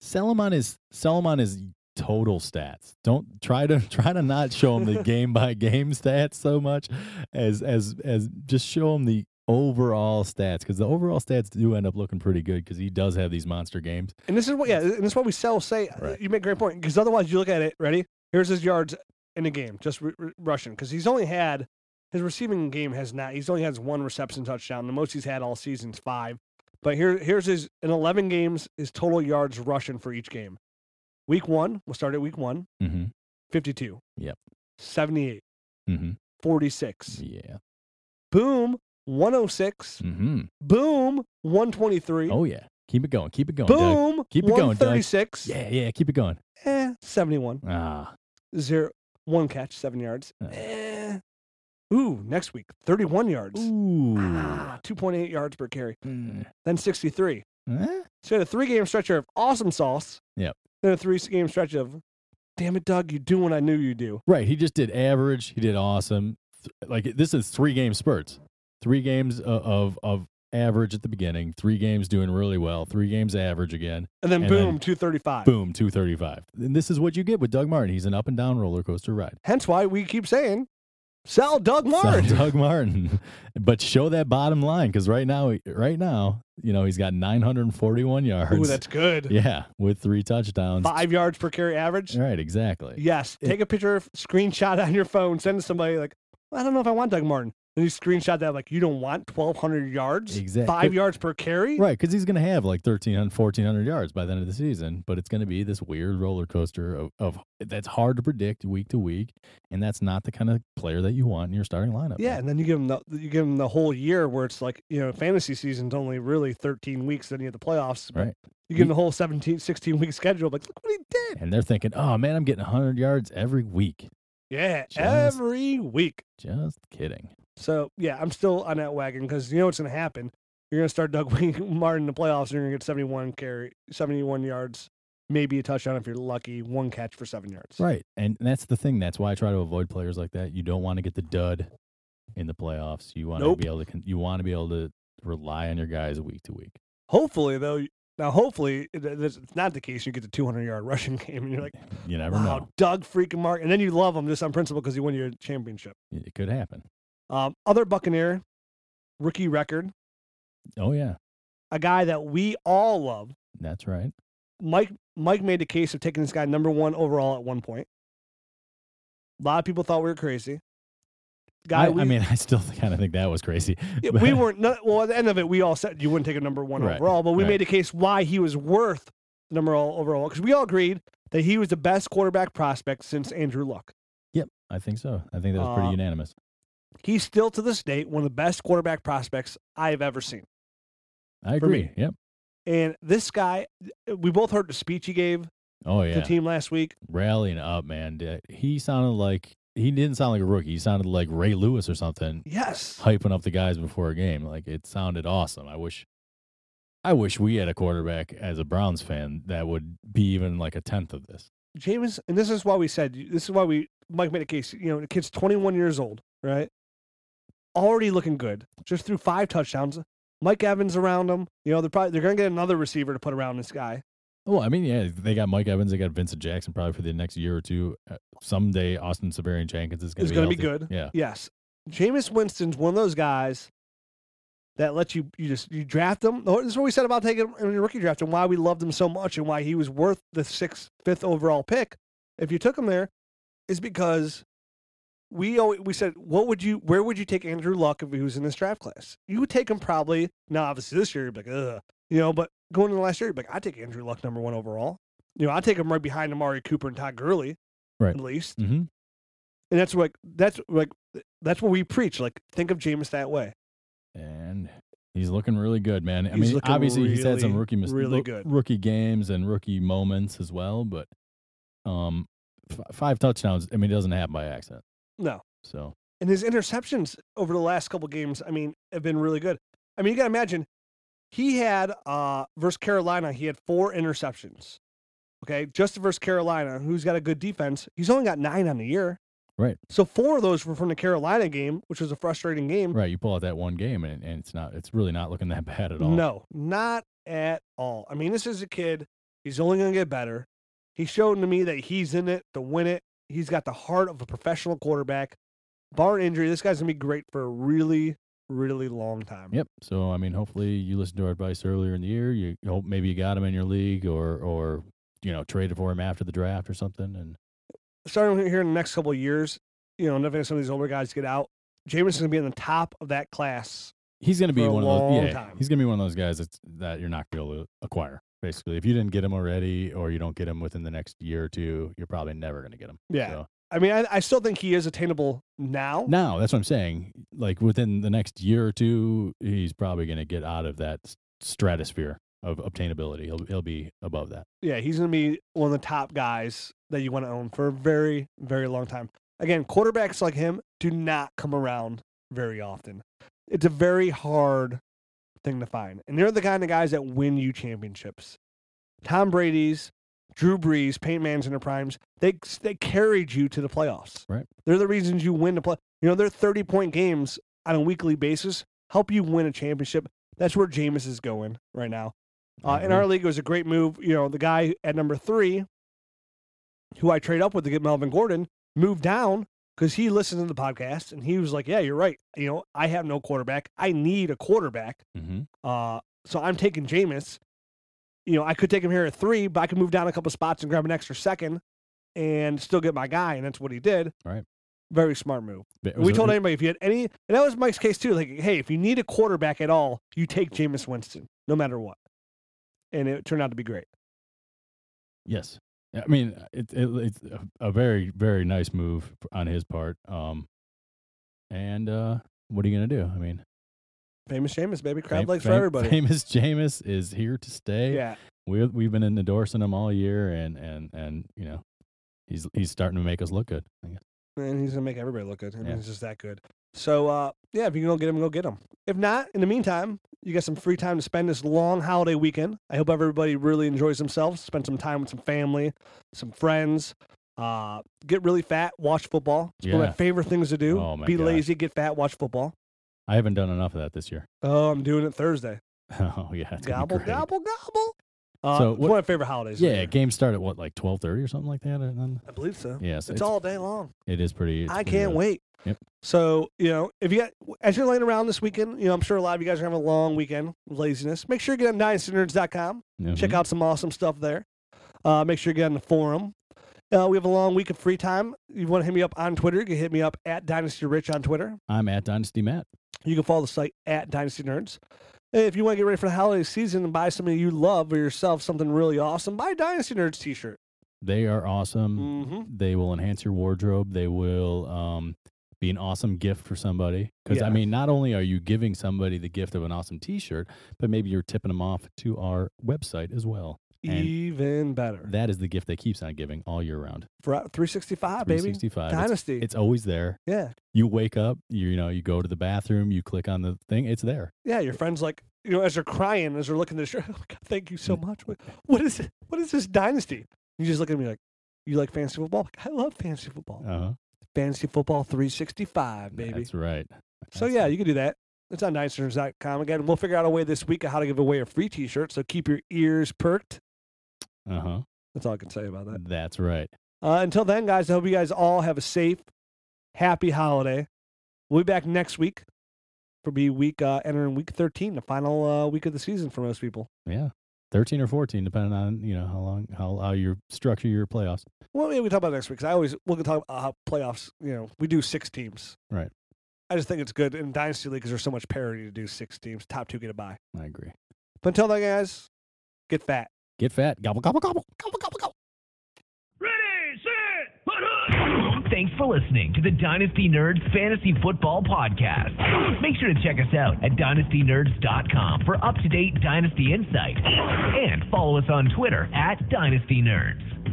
[SPEAKER 3] sell him on his sell him on his total stats. Don't try to try to not show him the game by game stats so much as as as just show him the overall stats cuz the overall stats do end up looking pretty good cuz he does have these monster games.
[SPEAKER 2] And this is what, yeah, and this is what we sell. Say
[SPEAKER 3] Right.
[SPEAKER 2] you make a great point because otherwise you look at it. Ready? Here's his yards in a game, just r- r- rushing because he's only had his receiving game has not. He's only has one reception touchdown. The most he's had all season is five. But here, here's his in 11 games his total yards rushing for each game. Week one, we'll start at week one,
[SPEAKER 3] Mhm.
[SPEAKER 2] 52.
[SPEAKER 3] Yep. Mm.
[SPEAKER 2] 78,
[SPEAKER 3] Mhm.
[SPEAKER 2] 46.
[SPEAKER 3] Yeah.
[SPEAKER 2] Boom, 106.
[SPEAKER 3] Mhm.
[SPEAKER 2] Boom, 123.
[SPEAKER 3] Oh yeah. Keep it going. Keep it going. Doug.
[SPEAKER 2] Boom,
[SPEAKER 3] Keep it going, Doug.
[SPEAKER 2] 136.
[SPEAKER 3] Yeah, yeah, keep it going.
[SPEAKER 2] Eh, 71.
[SPEAKER 3] Ah.
[SPEAKER 2] zero one catch, seven yards.
[SPEAKER 3] Uh.
[SPEAKER 2] Eh. Ooh, next week, thirty one yards.
[SPEAKER 3] Ooh.
[SPEAKER 2] Ah, two point eight yards per carry.
[SPEAKER 3] Mm.
[SPEAKER 2] Then sixty three.
[SPEAKER 3] Eh?
[SPEAKER 2] So we had a three game stretch of awesome sauce.
[SPEAKER 3] Yep.
[SPEAKER 2] Then a three game stretch of, damn it, Doug, you do what I knew you do.
[SPEAKER 3] Right. He just did average. He did awesome. Th- Like this is three game spurts, three games of, of of average at the beginning, three games doing really well, three games average again.
[SPEAKER 2] And then
[SPEAKER 3] And
[SPEAKER 2] boom,
[SPEAKER 3] then-
[SPEAKER 2] 235.
[SPEAKER 3] Boom, two thirty five. And this is what you get with Doug Martin. He's an up and down roller coaster ride.
[SPEAKER 2] Hence why we keep saying, sell Doug Martin.
[SPEAKER 3] So, Doug Martin, but show that bottom line because right now, right now, you know he's got nine hundred and forty one yards.
[SPEAKER 2] Ooh, that's good.
[SPEAKER 3] yeah, with three touchdowns.
[SPEAKER 2] Five yards per carry average.
[SPEAKER 3] Right. Exactly.
[SPEAKER 2] Yes.
[SPEAKER 3] It-
[SPEAKER 2] Take a picture, screenshot on your phone, send it to somebody like, I don't know if I want Doug Martin. And you screenshot that like, you don't want 1,200 yards?
[SPEAKER 3] Exactly.
[SPEAKER 2] Five yards per carry?
[SPEAKER 3] Right, because he's going to have like 1,300, 1,400 yards by the end of the season, but it's going to be this weird roller coaster of, of that's hard to predict week to week, and that's not the kind of player that you want in your starting lineup.
[SPEAKER 2] Yeah, and then you give them the you give them the whole year where it's like you know fantasy season's only really 13 weeks. Then you have the playoffs. but
[SPEAKER 3] Right.
[SPEAKER 2] You give them the whole 17, 16 week schedule. Like look what he did.
[SPEAKER 3] and they're thinking, oh man, I'm getting 100 yards every week.
[SPEAKER 2] Yeah,
[SPEAKER 3] Just-
[SPEAKER 2] every week.
[SPEAKER 3] Just kidding.
[SPEAKER 2] So yeah, I'm still on that wagon because you know what's going to happen. You're going to start Doug Martin in the playoffs, and you're going to get 71 carry, 71 yards, maybe a touchdown if you're lucky, one catch for seven yards.
[SPEAKER 3] Right, and that's the thing. That's why I try to avoid players like that. You don't want to get the dud in the playoffs. You want
[SPEAKER 2] Nope.
[SPEAKER 3] to be able to. con- You want to be able to rely on your guys week to week.
[SPEAKER 2] Hopefully though, now hopefully it- it's not the case. You get the 200 yard rushing game, and you're like,
[SPEAKER 3] You never
[SPEAKER 2] wow,
[SPEAKER 3] know.
[SPEAKER 2] Doug freaking Martin, and then you love him just on principle because he won your championship.
[SPEAKER 3] It could happen.
[SPEAKER 2] Um, other Buccaneer rookie record,
[SPEAKER 3] Oh yeah,
[SPEAKER 2] a guy that we all love.
[SPEAKER 3] that's right.
[SPEAKER 2] Mike Mike made a case of taking this guy number one overall at one point. A lot of people thought we were crazy. Guy,
[SPEAKER 3] I,
[SPEAKER 2] we,
[SPEAKER 3] I mean, I still kind of think that was crazy.
[SPEAKER 2] yeah,
[SPEAKER 3] but-
[SPEAKER 2] we weren't. no- well, at the end of it, we all said you wouldn't take a number one
[SPEAKER 3] Right,
[SPEAKER 2] overall, but we
[SPEAKER 3] right.
[SPEAKER 2] made a case why he was worth the number all overall because we all agreed that he was the best quarterback prospect since Andrew Luck.
[SPEAKER 3] I think so. I think that was pretty
[SPEAKER 2] Uh,
[SPEAKER 3] unanimous.
[SPEAKER 2] He's still to this date one of the best quarterback prospects I've ever seen.
[SPEAKER 3] I
[SPEAKER 2] for me.
[SPEAKER 3] agree. Yep.
[SPEAKER 2] And this guy, we both heard the speech he gave
[SPEAKER 3] Oh
[SPEAKER 2] the
[SPEAKER 3] yeah.
[SPEAKER 2] team last week.
[SPEAKER 3] Rallying up, man. D- He sounded like he didn't sound like a rookie. He sounded like Ray Lewis or something,
[SPEAKER 2] Yes.
[SPEAKER 3] hyping up the guys before a game. Like it sounded awesome. I wish, I wish we had a quarterback as a Browns fan that would be even like a tenth of this.
[SPEAKER 2] James, and this is why we said, this is why we, Mike made a case, you know, the kid's 21 years old, right? Already looking good. Just threw five touchdowns. Mike Evans around him. You know, they're probably, they're going to get another receiver to put around this guy.
[SPEAKER 3] Well, I mean, yeah, they got Mike Evans, they got Vincent Jackson probably for the next year or two. Uh, someday, Austin Severian Jenkins is going
[SPEAKER 2] Is
[SPEAKER 3] to be
[SPEAKER 2] gonna be
[SPEAKER 3] healthy.
[SPEAKER 2] good.
[SPEAKER 3] Yeah,
[SPEAKER 2] Yes. Jameis Winston's one of those guys that lets you, you just, you draft him. This is what we said about taking him in your rookie draft and why we loved him so much and why he was worth the sixth, fifth overall pick. If you took him there, is because we always, we said, what would you, where would you take Andrew Luck if he was in this draft class? You would take him probably, now obviously this year, you'd be like, ugh, you know, but going into last year, you'd be like, I'd take Andrew Luck number one overall. You know, I'd take him right behind Amari Cooper and Todd Gurley,
[SPEAKER 3] Right.
[SPEAKER 2] at least.
[SPEAKER 3] hmm
[SPEAKER 2] And that's like that's like that's what we preach. Like think of Jameis that way.
[SPEAKER 3] and he's looking really good, man. I
[SPEAKER 2] He's
[SPEAKER 3] mean,
[SPEAKER 2] looking
[SPEAKER 3] obviously he's had some
[SPEAKER 2] really,
[SPEAKER 3] rookie mis-
[SPEAKER 2] really
[SPEAKER 3] loo-
[SPEAKER 2] good.
[SPEAKER 3] rookie games and rookie moments as well, but um, f- five touchdowns. I mean, it doesn't happen by accident.
[SPEAKER 2] No.
[SPEAKER 3] So
[SPEAKER 2] And his interceptions over the last couple games, I mean, have been really good. I mean, you gotta imagine he had uh versus Carolina, he had four interceptions. Okay, just versus Carolina, who's got a good defense. He's only got nine on the year.
[SPEAKER 3] Right.
[SPEAKER 2] So four of those were from the Carolina game, which was a frustrating game.
[SPEAKER 3] right, you pull out that one game, and, and it's not. It's really not looking that bad at all.
[SPEAKER 2] No, not at all. I mean, this is a kid. He's only going to get better. He's showing to me that he's in it to win it. He's got the heart of a professional quarterback. Bar injury, this guy's going to be great for a really, really long time.
[SPEAKER 3] Yep. So I mean, hopefully you listened to our advice earlier in the year. You you hope maybe you got him in your league, or or you know traded for him after the draft or something. And
[SPEAKER 2] Starting here in the next couple of years, you know, nothing some of these older guys get out. Jameson's going to be in the top of that class.
[SPEAKER 3] he's going to be
[SPEAKER 2] For a
[SPEAKER 3] one of those.
[SPEAKER 2] long
[SPEAKER 3] Yeah,
[SPEAKER 2] time.
[SPEAKER 3] he's going to be one of those guys that's, that you're not going to be able to acquire. Basically, if you didn't get him already, or you don't get him within the next year or two, you're probably never going to get him.
[SPEAKER 2] Yeah.
[SPEAKER 3] So,
[SPEAKER 2] I mean, I, I still think he is attainable now.
[SPEAKER 3] now that's what I'm saying. Like within the next year or two, he's probably going to get out of that s- stratosphere of obtainability. He'll he'll be above that.
[SPEAKER 2] yeah, he's going to be one of the top guys that you want to own for a very, very long time. Again, quarterbacks like him do not come around very often. It's a very hard thing to find. And they're the kind of guys that win you championships. Tom Brady's, Drew Brees, Peyton Man's in their primes, they they carried you to the playoffs.
[SPEAKER 3] Right.
[SPEAKER 2] They're the reasons you win the play. You know, their 30 point games on a weekly basis help you win a championship. That's where Jameis is going right now. Uh, in our league, it was a great move. You know, the guy at number three, who I trade up with to get Melvin Gordon, moved down because he listened to the podcast and he was like, "Yeah, you're right. You know, I have no quarterback. I need a quarterback.
[SPEAKER 3] mm-hmm.
[SPEAKER 2] Uh, so I'm taking Jameis. You know, I could take him here at three, but I could move down a couple spots and grab an extra second, and still get my guy. And that's what he did.
[SPEAKER 3] Right.
[SPEAKER 2] Very smart move. We told anybody if you had any, and that was Mike's case too. Like, hey, if you need a quarterback at all, you take Jameis Winston, no matter what. And it turned out to be great.
[SPEAKER 3] Yes. I mean, it, it, it's a- a very, very nice move on his part. Um, and uh, what are you going to do? I mean,
[SPEAKER 2] Famous Jameis, baby, crab
[SPEAKER 3] fam-
[SPEAKER 2] legs for
[SPEAKER 3] fam-
[SPEAKER 2] everybody.
[SPEAKER 3] Famous Jameis is here to stay.
[SPEAKER 2] Yeah,
[SPEAKER 3] We, we've been endorsing him all year, and, and, and you know, he's, he's starting to make us look good. I guess.
[SPEAKER 2] and he's gonna make everybody look good. I mean,
[SPEAKER 3] Yeah.
[SPEAKER 2] he's just that good. So, uh, yeah, if you can go get him, go get him. If not, in the meantime, you got some free time to spend this long holiday weekend. I hope everybody really enjoys themselves. Spend some time with some family, some friends. Uh, get really fat, watch football. It's one of
[SPEAKER 3] Yeah.
[SPEAKER 2] my favorite things to do.
[SPEAKER 3] Oh, my
[SPEAKER 2] Be
[SPEAKER 3] God.
[SPEAKER 2] lazy, get fat, watch football.
[SPEAKER 3] I haven't done enough of that this year.
[SPEAKER 2] Oh, I'm doing it Thursday.
[SPEAKER 3] oh, yeah. it's gonna be
[SPEAKER 2] gobble,
[SPEAKER 3] great.
[SPEAKER 2] gobble, gobble. Uh,
[SPEAKER 3] So
[SPEAKER 2] it's
[SPEAKER 3] what-
[SPEAKER 2] one of my favorite holidays. of the
[SPEAKER 3] Yeah,
[SPEAKER 2] year.
[SPEAKER 3] games start at what, like 12.30 or something like that? And then,
[SPEAKER 2] I believe so.
[SPEAKER 3] yeah, so
[SPEAKER 2] it's, all day long.
[SPEAKER 3] It is pretty. it's
[SPEAKER 2] I
[SPEAKER 3] pretty
[SPEAKER 2] can't
[SPEAKER 3] good.
[SPEAKER 2] wait.
[SPEAKER 3] Yep.
[SPEAKER 2] So you know, if you got, as you're laying around this weekend, you know, I'm sure a lot of you guys are having a long weekend of laziness. Make sure you get on dynastynerds.com. Check
[SPEAKER 3] Mhm.
[SPEAKER 2] out some awesome stuff there. Uh, make sure you get on the forum. Uh, we have a long week of free time. You want to hit me up on Twitter? You can hit me up at Dynasty Rich on Twitter.
[SPEAKER 3] I'm at Dynasty Matt.
[SPEAKER 2] You can follow the site at Dynasty Nerds. And If you want to get ready for the holiday season and buy something you love or yourself something really awesome, buy a Dynasty Nerds t-shirt.
[SPEAKER 3] They are awesome.
[SPEAKER 2] Mm-hmm.
[SPEAKER 3] they will enhance your wardrobe they will um, be an awesome gift for somebody because i
[SPEAKER 2] Yeah.
[SPEAKER 3] mean not only are you giving somebody the gift of an awesome t-shirt but maybe you're tipping them off to our website as well And-
[SPEAKER 2] Even better.
[SPEAKER 3] that is the gift that keeps on giving all year round
[SPEAKER 2] For 365, baby.
[SPEAKER 3] 365 It's-
[SPEAKER 2] Dynasty.
[SPEAKER 3] it's always there
[SPEAKER 2] yeah.
[SPEAKER 3] you wake up you, you know you go to the bathroom you click on the thing it's there
[SPEAKER 2] Yeah. Your friend's like, you know, as they're crying, as they're looking at the shirt, oh my God, thank you
[SPEAKER 3] Mm.
[SPEAKER 2] so much. What, what is it? What is this Dynasty? You just look at me like, you like fantasy football? I love fantasy football.
[SPEAKER 3] uh-huh
[SPEAKER 2] fantasy football 365, baby.
[SPEAKER 3] that's right
[SPEAKER 2] So
[SPEAKER 3] That's
[SPEAKER 2] yeah,
[SPEAKER 3] right.
[SPEAKER 2] you can do that. It's on com Again, we'll figure out a way this week of how to give away a free t-shirt. So keep your ears perked.
[SPEAKER 3] uh-huh
[SPEAKER 2] That's all I can say about that.
[SPEAKER 3] that's right
[SPEAKER 2] Uh, until then, guys, I hope you guys all have a safe, happy holiday. We'll be back next week for be week uh, entering week 13, the final uh, week of the season for most people.
[SPEAKER 3] yeah 13 or 14 depending on you know how long how, how you structure your playoffs
[SPEAKER 2] Well, maybe we talk about it next week 'cause I always we'll talk about how playoffs. You know, we do six teams.
[SPEAKER 3] Right.
[SPEAKER 2] I just think it's good in dynasty leagues. There's so much parity to do six teams. Top two get a bye.
[SPEAKER 3] i agree
[SPEAKER 2] But until then, guys, get fat.
[SPEAKER 3] get fat gobble gobble gobble
[SPEAKER 2] Gobble gobble gobble.
[SPEAKER 1] Ready, set, put up. Thanks for listening to the Dynasty Nerds Fantasy Football Podcast. Make sure to check us out at dynastynerds.com for up to date Dynasty insight. And follow us on Twitter at Dynasty Nerds.